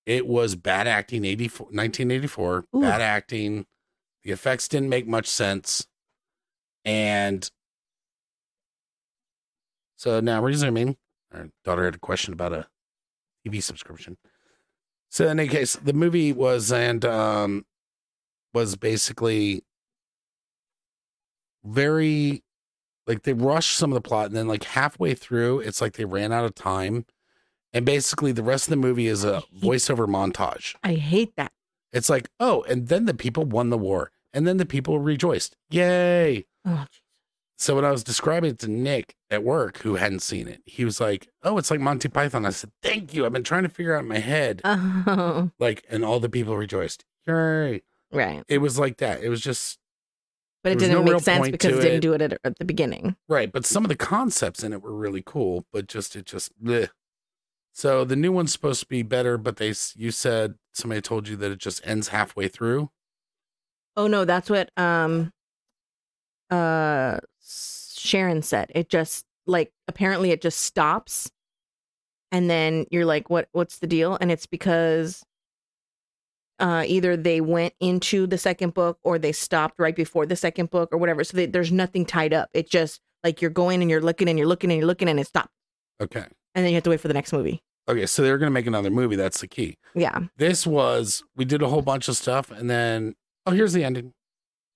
[SPEAKER 1] it was bad acting 84, 1984,
[SPEAKER 2] Ooh.
[SPEAKER 1] bad acting. The effects didn't make much sense. And so now resuming, our daughter had a question about a TV subscription. So in any case, the movie was and um was basically very like they rushed some of the plot and then like halfway through it's like they ran out of time and basically the rest of the movie is a voiceover montage
[SPEAKER 2] I hate that.
[SPEAKER 1] it's like oh and then the people won the war and then the people rejoiced yay
[SPEAKER 2] Oh, geez.
[SPEAKER 1] so when i was describing it to nick at work who hadn't seen it he was like oh it's like monty python i said thank you i've been trying to figure out in my head
[SPEAKER 2] oh
[SPEAKER 1] like and all the people rejoiced yay
[SPEAKER 2] [LAUGHS] right.
[SPEAKER 1] it was like that it was just
[SPEAKER 2] But it
[SPEAKER 1] There was no
[SPEAKER 2] didn't
[SPEAKER 1] real
[SPEAKER 2] make sense
[SPEAKER 1] point
[SPEAKER 2] because
[SPEAKER 1] to
[SPEAKER 2] it
[SPEAKER 1] it.
[SPEAKER 2] didn't do it at, at the beginning.
[SPEAKER 1] Right, but some of the concepts in it were really cool, but just it just bleh. So the new one's supposed to be better, but they s- you said somebody told you that it just ends halfway through.
[SPEAKER 2] Oh no, that's what um uh Sharon said. It just like apparently it just stops and then you're like what what's the deal? And it's because uh either they went into the second book or they stopped right before the second book or whatever. So they, there's nothing tied up. It just like you're going and you're looking and you're looking and you're looking and it stopped.
[SPEAKER 1] Okay.
[SPEAKER 2] And then you have to wait for the next movie.
[SPEAKER 1] Okay, so they're going to make another movie, that's the key.
[SPEAKER 2] Yeah.
[SPEAKER 1] This was we did a whole bunch of stuff and then oh, here's the ending.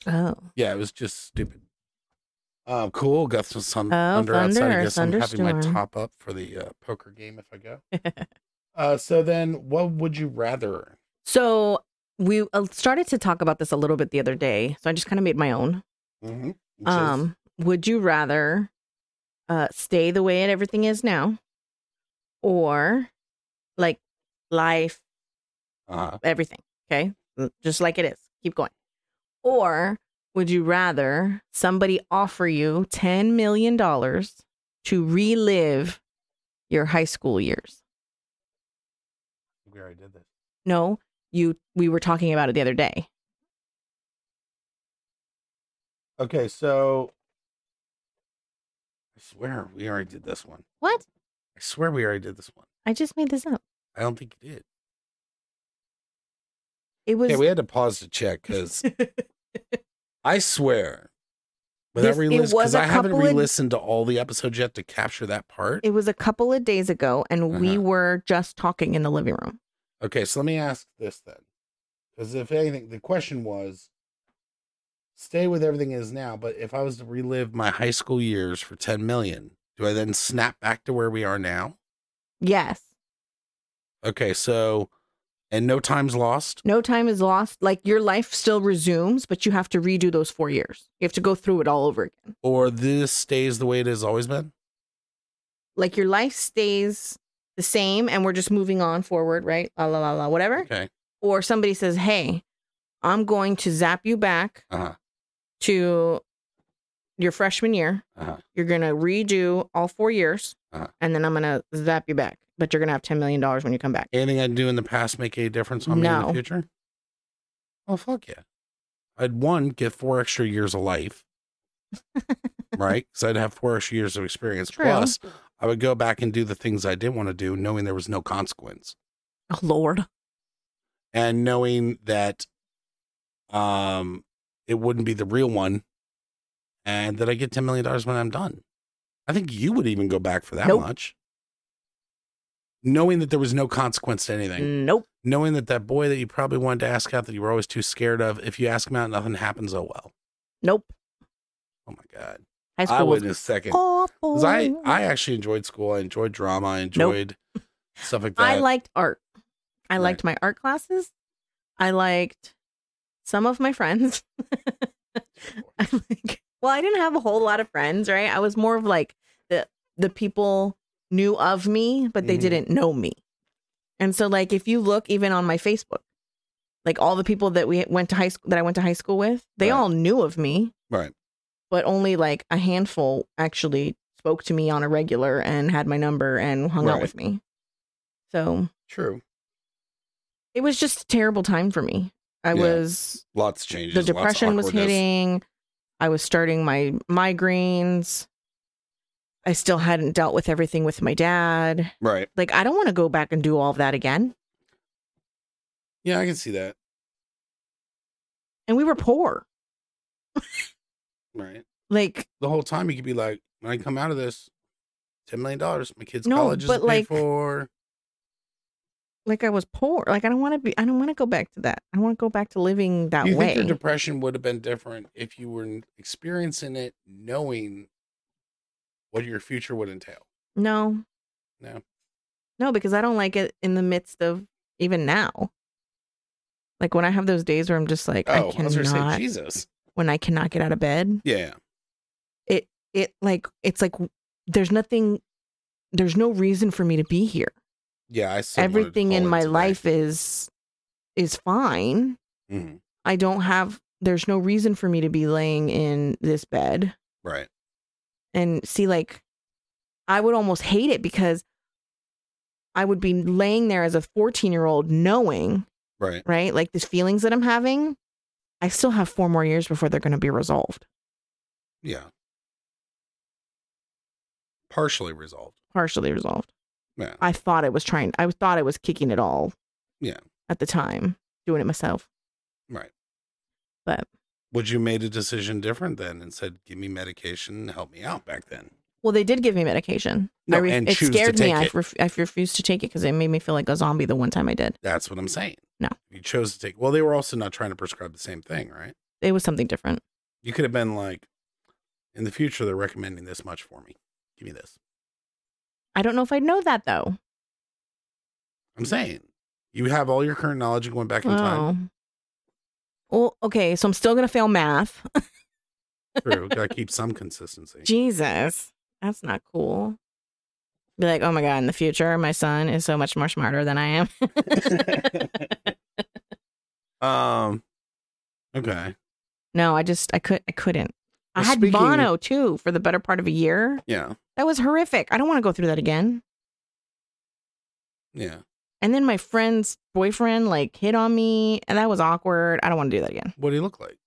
[SPEAKER 2] Oh.
[SPEAKER 1] Yeah, it was just stupid. Um, cool. Got some sun,
[SPEAKER 2] Oh,
[SPEAKER 1] thunder, outside. I
[SPEAKER 2] thunder,
[SPEAKER 1] guess I'm having my
[SPEAKER 2] thunderstorm.
[SPEAKER 1] top up for the uh, poker game if I
[SPEAKER 2] [LAUGHS]
[SPEAKER 1] go. uh, so then, what would you rather?
[SPEAKER 2] So we uh, started to talk about this a little bit the other day. So I just kind of made my own.
[SPEAKER 1] Mm-hmm.
[SPEAKER 2] Um, would you rather uh stay the way it everything is now or like life
[SPEAKER 1] uh
[SPEAKER 2] everything, okay? Mm, Just like it is. Keep going. Or would you rather somebody offer you 10 million dollars to relive your high school years?
[SPEAKER 1] we already did this.
[SPEAKER 2] No, you we were talking about it the other day.
[SPEAKER 1] Okay, so I swear we already did this one.
[SPEAKER 2] What?
[SPEAKER 1] I swear we already did this one.
[SPEAKER 2] I just made this up.
[SPEAKER 1] I don't think you did.
[SPEAKER 2] It was
[SPEAKER 1] Yeah,
[SPEAKER 2] [LAUGHS]
[SPEAKER 1] we had to pause to check because I swear, without
[SPEAKER 2] This- it
[SPEAKER 1] relis-
[SPEAKER 2] was
[SPEAKER 1] because
[SPEAKER 2] a
[SPEAKER 1] I haven't
[SPEAKER 2] couple of-
[SPEAKER 1] re-listened to all the episodes yet to capture that part.
[SPEAKER 2] It was a couple of days ago, and we
[SPEAKER 1] Uh-huh.
[SPEAKER 2] were just talking in the living room.
[SPEAKER 1] Okay, so let me ask this then, because if anything, the question was, stay with everything is now. But if I was to relive my high school years for ten million, do I then snap back to where we are now?
[SPEAKER 2] Yes,
[SPEAKER 1] Okay, so and no time's lost.
[SPEAKER 2] no time is lost. Like your life still resumes, but you have to redo those four years. You have to go through it all over again.
[SPEAKER 1] or this stays the way it has always been?
[SPEAKER 2] Like your life stays the same, and we're just moving on forward, right? La la la la, whatever.
[SPEAKER 1] Okay.
[SPEAKER 2] Or somebody says, "Hey, I'm going to zap you back
[SPEAKER 1] Uh huh.
[SPEAKER 2] to your freshman year.
[SPEAKER 1] Uh huh.
[SPEAKER 2] You're gonna redo all four years,
[SPEAKER 1] Uh-huh.
[SPEAKER 2] and then I'm gonna zap you back. But you're gonna have ten million dollars when you come back."
[SPEAKER 1] Anything I do in the past make any difference on me in the
[SPEAKER 2] No.
[SPEAKER 1] future? Well, fuck yeah. I'd one get four extra years of life, right?
[SPEAKER 2] [LAUGHS]
[SPEAKER 1] Because I'd have four extra years of experience.
[SPEAKER 2] True.
[SPEAKER 1] Plus, I would go back and do the things I didn't want to do, knowing there was no consequence,
[SPEAKER 2] Oh Lord.
[SPEAKER 1] and knowing that, um, it wouldn't be the real one, and that I get ten million dollars when I'm done. I think you would even go back for that
[SPEAKER 2] Nope.
[SPEAKER 1] much, knowing that there was no consequence to anything
[SPEAKER 2] Nope.
[SPEAKER 1] knowing that that boy that you probably wanted to ask out that you were always too scared of, if you ask him out, nothing happens. Oh well.
[SPEAKER 2] Nope.
[SPEAKER 1] Oh my god,
[SPEAKER 2] High
[SPEAKER 1] I
[SPEAKER 2] school
[SPEAKER 1] would
[SPEAKER 2] was Oh.
[SPEAKER 1] in a second.
[SPEAKER 2] awful.
[SPEAKER 1] 'Cause I I actually enjoyed school. I enjoyed drama. I enjoyed stuff like that.
[SPEAKER 2] [LAUGHS] I liked art. I
[SPEAKER 1] Right.
[SPEAKER 2] liked my art classes. I liked some of my friends. [LAUGHS] I like, well, I didn't have a whole lot of friends, right? I was more of like the the people knew of me, but they
[SPEAKER 1] Mhm.
[SPEAKER 2] didn't know me. And so, like, if you look even on my Facebook, like all the people that we went to high school that I went to high school with, they
[SPEAKER 1] Right.
[SPEAKER 2] all knew of me,
[SPEAKER 1] right.
[SPEAKER 2] but only like a handful actually spoke to me on a regular and had my number and hung
[SPEAKER 1] Right.
[SPEAKER 2] out with me. So
[SPEAKER 1] True.
[SPEAKER 2] it was just a terrible time for me. I
[SPEAKER 1] Yeah.
[SPEAKER 2] was
[SPEAKER 1] Lots changes.
[SPEAKER 2] the
[SPEAKER 1] lots of
[SPEAKER 2] depression was
[SPEAKER 1] awkwardness.
[SPEAKER 2] hitting. I was starting my migraines. I still hadn't dealt with everything with my dad.
[SPEAKER 1] Right.
[SPEAKER 2] Like I don't want to go back and do all of that again.
[SPEAKER 1] Yeah, I can see that.
[SPEAKER 2] And we were poor.
[SPEAKER 1] Right.
[SPEAKER 2] Like
[SPEAKER 1] The whole time you could be like, when I come out of this, ten million dollars, my kids'
[SPEAKER 2] No,
[SPEAKER 1] college is
[SPEAKER 2] but
[SPEAKER 1] paid
[SPEAKER 2] like-
[SPEAKER 1] for.
[SPEAKER 2] like I was poor. Like I don't want to be I don't want to go back to that. I want to go back to living that
[SPEAKER 1] Do you
[SPEAKER 2] way.
[SPEAKER 1] think your depression would have been different if you were experiencing it, knowing what your future would entail?
[SPEAKER 2] no.
[SPEAKER 1] No.
[SPEAKER 2] No, because I don't like it in the midst of even now. Like when I have those days where I'm just like
[SPEAKER 1] Oh,
[SPEAKER 2] I
[SPEAKER 1] I was gonna say
[SPEAKER 2] cannot
[SPEAKER 1] Jesus.
[SPEAKER 2] when I cannot get out of bed.
[SPEAKER 1] Yeah,
[SPEAKER 2] it like it's like there's nothing there's no reason for me to be here
[SPEAKER 1] yeah. I still wanted to
[SPEAKER 2] everything
[SPEAKER 1] call
[SPEAKER 2] in my
[SPEAKER 1] today.
[SPEAKER 2] life is is fine
[SPEAKER 1] Mhm,
[SPEAKER 2] i don't have there's no reason for me to be laying in this bed
[SPEAKER 1] Right.
[SPEAKER 2] and see like i would almost hate it because i would be laying there as a 14 year old knowing
[SPEAKER 1] Right.
[SPEAKER 2] right like these feelings that i'm having i still have four more years before they're going to be resolved
[SPEAKER 1] Yeah. Partially resolved.
[SPEAKER 2] partially resolved
[SPEAKER 1] Yeah.
[SPEAKER 2] I thought I was trying. I thought I was kicking it all.
[SPEAKER 1] Yeah.
[SPEAKER 2] At the time, doing it myself.
[SPEAKER 1] Right.
[SPEAKER 2] But
[SPEAKER 1] Would you made a decision different then and said, "Give me medication, help me out"? Back then.
[SPEAKER 2] well, they did give me medication.
[SPEAKER 1] No,
[SPEAKER 2] I ref-
[SPEAKER 1] and
[SPEAKER 2] it
[SPEAKER 1] choose to
[SPEAKER 2] scared me.
[SPEAKER 1] take
[SPEAKER 2] I,
[SPEAKER 1] it.
[SPEAKER 2] ref- I refused to take it because it made me feel like a zombie the one time I did.
[SPEAKER 1] That's what I'm saying.
[SPEAKER 2] No.
[SPEAKER 1] You chose to take. Well, they were also not trying to prescribe the same thing, right?
[SPEAKER 2] It was something different.
[SPEAKER 1] You could have been like, in the future, they're recommending this much for me. Give me this.
[SPEAKER 2] I don't know if I'd know that though.
[SPEAKER 1] I'm saying you have all your current knowledge and going back in time.
[SPEAKER 2] Oh. Well, okay. So I'm still gonna fail math. [LAUGHS]
[SPEAKER 1] True. Got to keep some consistency.
[SPEAKER 2] Jesus, that's not cool. Be like, oh my god, in the future, my son is so much more smarter than I am. [LAUGHS]
[SPEAKER 1] um. Okay.
[SPEAKER 2] no, I just I could I couldn't. I
[SPEAKER 1] Well,
[SPEAKER 2] had
[SPEAKER 1] speaking-
[SPEAKER 2] Bono too for the better part of a year.
[SPEAKER 1] Yeah.
[SPEAKER 2] That was horrific. I don't want to go through that again.
[SPEAKER 1] Yeah.
[SPEAKER 2] And then my friend's boyfriend like hit on me, and that was awkward. I don't want to do that again.
[SPEAKER 1] What do you look like?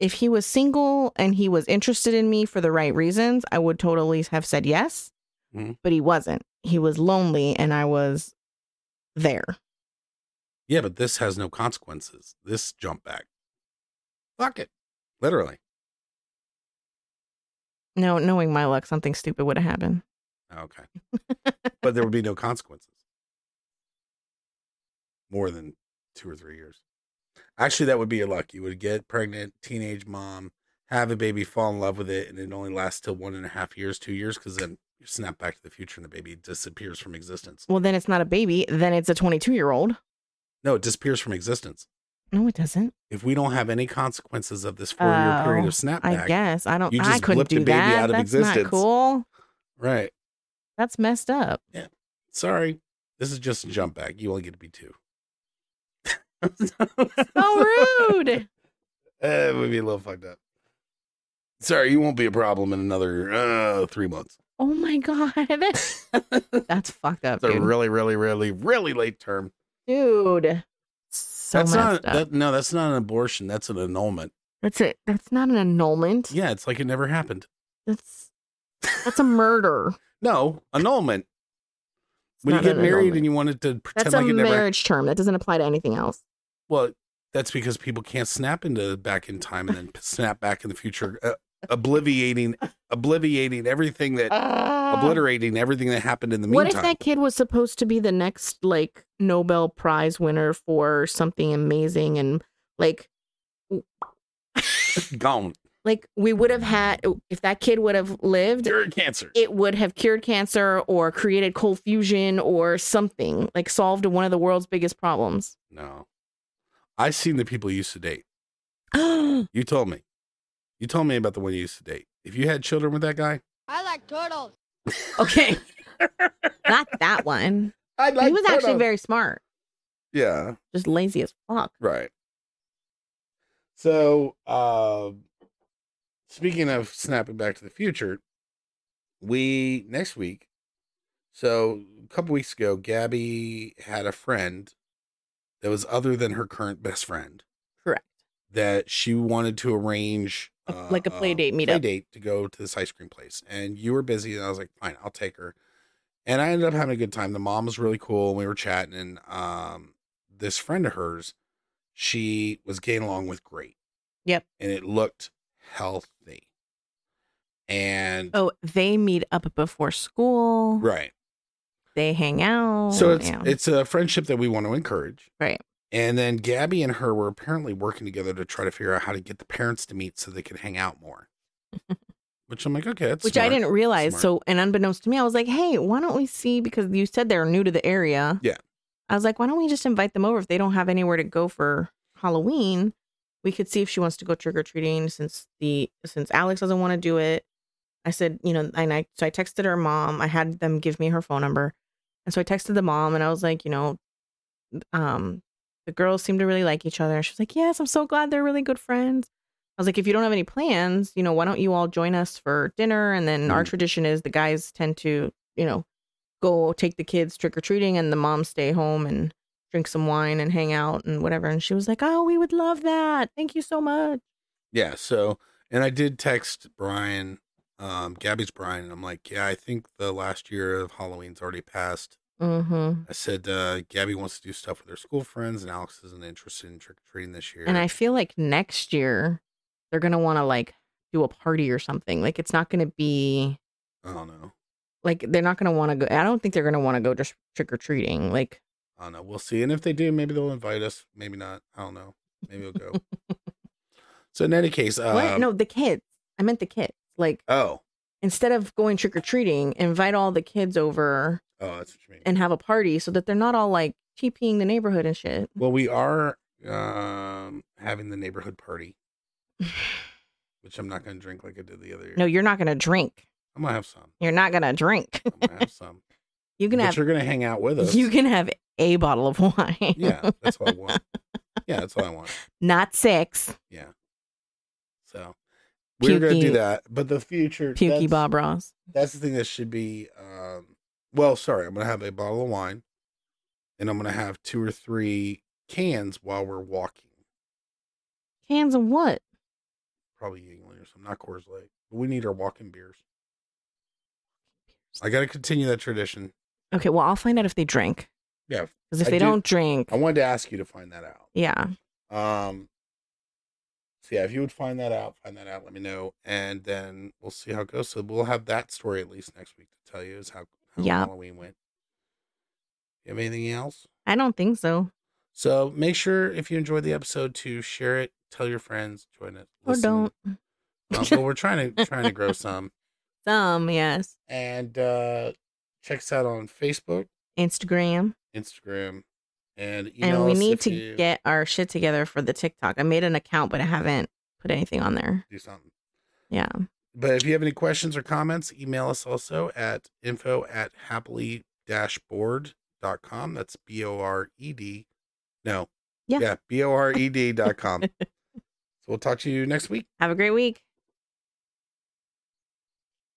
[SPEAKER 2] If he was single and he was interested in me for the right reasons, I would totally have said yes.
[SPEAKER 1] Mhm.
[SPEAKER 2] But he wasn't. He was lonely, and I was there.
[SPEAKER 1] Yeah, but this has no consequences. This jump back. Fuck it. Literally.
[SPEAKER 2] No, knowing my luck, something stupid would have happened.
[SPEAKER 1] Oh, Okay. but there would be no consequences. More than two or three years. Actually, that would be your luck. You would get pregnant, teenage mom, have a baby, fall in love with it, and it only lasts till one and a half years, two years, because then you snap back to the future and the baby disappears from existence.
[SPEAKER 2] Well, then it's not a baby. Then it's a 22 year old.
[SPEAKER 1] No, it disappears from existence.
[SPEAKER 2] No, it doesn't.
[SPEAKER 1] If we don't have any consequences of this four year period
[SPEAKER 2] Oh,
[SPEAKER 1] of snapback,
[SPEAKER 2] I guess I don't.
[SPEAKER 1] You
[SPEAKER 2] I
[SPEAKER 1] just
[SPEAKER 2] couldn't
[SPEAKER 1] blipped a
[SPEAKER 2] do
[SPEAKER 1] baby
[SPEAKER 2] that.
[SPEAKER 1] out of
[SPEAKER 2] That's
[SPEAKER 1] existence.
[SPEAKER 2] not cool.
[SPEAKER 1] right?
[SPEAKER 2] That's messed
[SPEAKER 1] [LAUGHS]
[SPEAKER 2] up.
[SPEAKER 1] sorry, this is just a jump back. You only get to be two.
[SPEAKER 2] So Oh, rude.
[SPEAKER 1] Eh, it would be a little fucked up. Sorry, you won't be a problem in another uh, three
[SPEAKER 2] [LAUGHS]
[SPEAKER 1] months.
[SPEAKER 2] Oh my god, [LAUGHS]
[SPEAKER 1] It's
[SPEAKER 2] that's fucked up,
[SPEAKER 1] a
[SPEAKER 2] dude.
[SPEAKER 1] really, really, really, really late term.
[SPEAKER 2] dude, so
[SPEAKER 1] that's
[SPEAKER 2] messed
[SPEAKER 1] not
[SPEAKER 2] up.
[SPEAKER 1] that. No, that's not an abortion. That's an annulment.
[SPEAKER 2] that's it. That's not an annulment.
[SPEAKER 1] Yeah, it's like it never happened.
[SPEAKER 2] That's that's a murder.
[SPEAKER 1] [LAUGHS] No, annulment.
[SPEAKER 2] It's
[SPEAKER 1] When you
[SPEAKER 2] not
[SPEAKER 1] get
[SPEAKER 2] an
[SPEAKER 1] married
[SPEAKER 2] annulment.
[SPEAKER 1] and you wanted to pretend
[SPEAKER 2] that's
[SPEAKER 1] like
[SPEAKER 2] a
[SPEAKER 1] it never.
[SPEAKER 2] marriage term. That doesn't apply to anything else.
[SPEAKER 1] Well, That's because people can't snap into back in time and then snap back in the future, uh, obliviating, obliviating everything that, obliterating everything that happened in the
[SPEAKER 2] Uh, what if
[SPEAKER 1] meantime.
[SPEAKER 2] that kid was supposed to be the next like Nobel Prize winner for something amazing and like
[SPEAKER 1] [LAUGHS] Gone.
[SPEAKER 2] like we would have had if that kid would have lived
[SPEAKER 1] You're a cancer.
[SPEAKER 2] it would have cured cancer or created cold fusion or something like solved one of the world's biggest [GASPS] problems.
[SPEAKER 1] no, I've seen the people you used to date.
[SPEAKER 2] I
[SPEAKER 1] You told me. You told me about the one you used to date. If you had children with that guy,
[SPEAKER 3] I like turtles.
[SPEAKER 2] Okay. [LAUGHS] Not that one.
[SPEAKER 1] I
[SPEAKER 2] he was actually very smart,
[SPEAKER 1] yeah.
[SPEAKER 2] just lazy as fuck.
[SPEAKER 1] Right. So, uh, speaking of snapping back to the future, we next week. So a couple weeks ago, Gabby had a friend that was other than her current best friend.
[SPEAKER 2] Correct.
[SPEAKER 1] That she wanted to arrange
[SPEAKER 2] A- like a play
[SPEAKER 1] uh,
[SPEAKER 2] date meetup.
[SPEAKER 1] play date to go to this ice cream place, and you were busy, and I was like, fine, I'll take her. And I ended up having a good time. The mom was really cool, and we were chatting, and um, this friend of hers, she was getting along with great.
[SPEAKER 2] Yep.
[SPEAKER 1] And it looked healthy. And
[SPEAKER 2] Oh, they meet up before school.
[SPEAKER 1] right.
[SPEAKER 2] They hang out.
[SPEAKER 1] so it's
[SPEAKER 2] Oh, yeah.
[SPEAKER 1] it's a friendship that we want to encourage.
[SPEAKER 2] Right.
[SPEAKER 1] And then Gabby and her were apparently working together to try to figure out how to get the parents to meet so they could hang out
[SPEAKER 2] [LAUGHS]
[SPEAKER 1] more. Which I'm like, okay, that's
[SPEAKER 2] which I
[SPEAKER 1] smart.
[SPEAKER 2] didn't realize.
[SPEAKER 1] Smart.
[SPEAKER 2] So, and unbeknownst to me, I was like, "Hey, why don't we see?" Because you said they're new to the area.
[SPEAKER 1] Yeah.
[SPEAKER 2] I was like, "Why don't we just invite them over if they don't have anywhere to go for Halloween? We could see if she wants to go trick or treating since the since Alex doesn't want to do it." I said, you know, and I so I texted her mom. I had them give me her phone number, and so I texted the mom, and I was like, you know, um, the girls seem to really like each other. And she was like, yes, I'm so glad they're really good friends. I was like, if you don't have any plans, you know, why don't you all join us for dinner? And then our
[SPEAKER 1] Mhm.
[SPEAKER 2] tradition is the guys tend to, you know, go take the kids trick or treating, and the moms stay home and drink some wine and hang out and whatever. And she was like, oh, we would love that. Thank you so much.
[SPEAKER 1] Yeah. So, and I did text Brian, um, Gabby's Brian, and I'm like, yeah, I think the last year of Halloween's already passed.
[SPEAKER 2] Mm-hmm.
[SPEAKER 1] I said, uh, Gabby wants to do stuff with her school friends, and Alex isn't interested in trick or treating this year.
[SPEAKER 2] And I feel like next year they're gonna want to like do a party or something. Like it's not gonna be
[SPEAKER 1] I don't know.
[SPEAKER 2] like they're not gonna want to go. I don't think they're gonna want to go just trick or treating. Like
[SPEAKER 1] I don't know. We'll see. And if they do, maybe they'll invite us. Maybe not. I don't know. Maybe we'll
[SPEAKER 2] [LAUGHS]
[SPEAKER 1] go. so, in any case, uh,
[SPEAKER 2] what? No, the kids. I meant the kids. Like
[SPEAKER 1] Oh,
[SPEAKER 2] instead of going trick or treating, invite all the kids over
[SPEAKER 1] oh, that's what you mean.
[SPEAKER 2] and have a party so that they're not all like TPing the neighborhood and shit.
[SPEAKER 1] well, we are um having the neighborhood
[SPEAKER 2] [SIGHS]
[SPEAKER 1] party, which I'm not going to drink like I did the other year.
[SPEAKER 2] No, you're not gonna drink.
[SPEAKER 1] I'm gonna have some.
[SPEAKER 2] You're not gonna drink. [LAUGHS]
[SPEAKER 1] I'm gonna have some.
[SPEAKER 2] You can
[SPEAKER 1] but
[SPEAKER 2] have
[SPEAKER 1] you're gonna hang out with us.
[SPEAKER 2] [LAUGHS] you can have a bottle of wine.
[SPEAKER 1] yeah, that's what I want. Yeah, that's what I want.
[SPEAKER 2] [LAUGHS] not six.
[SPEAKER 1] Yeah. So we're gonna do
[SPEAKER 2] Pukey-
[SPEAKER 1] that. But the future
[SPEAKER 2] Pukey
[SPEAKER 1] that's-
[SPEAKER 2] Bob Ross.
[SPEAKER 1] That's the thing that should be um well, sorry, I'm gonna have a bottle of wine and I'm gonna have two or three cans while we're walking.
[SPEAKER 2] Cans of what?
[SPEAKER 1] Probably Yingling or something, not Coors Light. But we need our walking beers. I gotta continue that tradition.
[SPEAKER 2] Okay, well, I'll find out if they drink.
[SPEAKER 1] Yeah.
[SPEAKER 2] Because if
[SPEAKER 1] I
[SPEAKER 2] they
[SPEAKER 1] do-
[SPEAKER 2] do, not drink,
[SPEAKER 1] I wanted to ask you to find that out.
[SPEAKER 2] yeah.
[SPEAKER 1] Um, so yeah, if you would find that out, find that out. Let me know, and then we'll see how it goes. So we'll have that story at least next week to tell you is how, how
[SPEAKER 2] Yeah.
[SPEAKER 1] Halloween went. You have anything else?
[SPEAKER 2] I don't think so.
[SPEAKER 1] So make sure if you enjoyed the episode to share it, tell your friends, join it,
[SPEAKER 2] Or don't.
[SPEAKER 1] Uh, well, we're trying to trying to grow some,
[SPEAKER 2] Some, yes.
[SPEAKER 1] and uh, check us out on Facebook,
[SPEAKER 2] Instagram.
[SPEAKER 1] Instagram, and email
[SPEAKER 2] And we
[SPEAKER 1] us
[SPEAKER 2] need
[SPEAKER 1] if
[SPEAKER 2] to
[SPEAKER 1] you
[SPEAKER 2] get our shit together for the TikTok. I made an account, but I haven't put anything on there.
[SPEAKER 1] do something.
[SPEAKER 2] Yeah.
[SPEAKER 1] But if you have any questions or comments, email us also at info at happily board.com. That's B O R E D. No.
[SPEAKER 2] Yeah. [LAUGHS]
[SPEAKER 1] B O R E D dot com. so we'll talk to you next week.
[SPEAKER 2] Have a great week.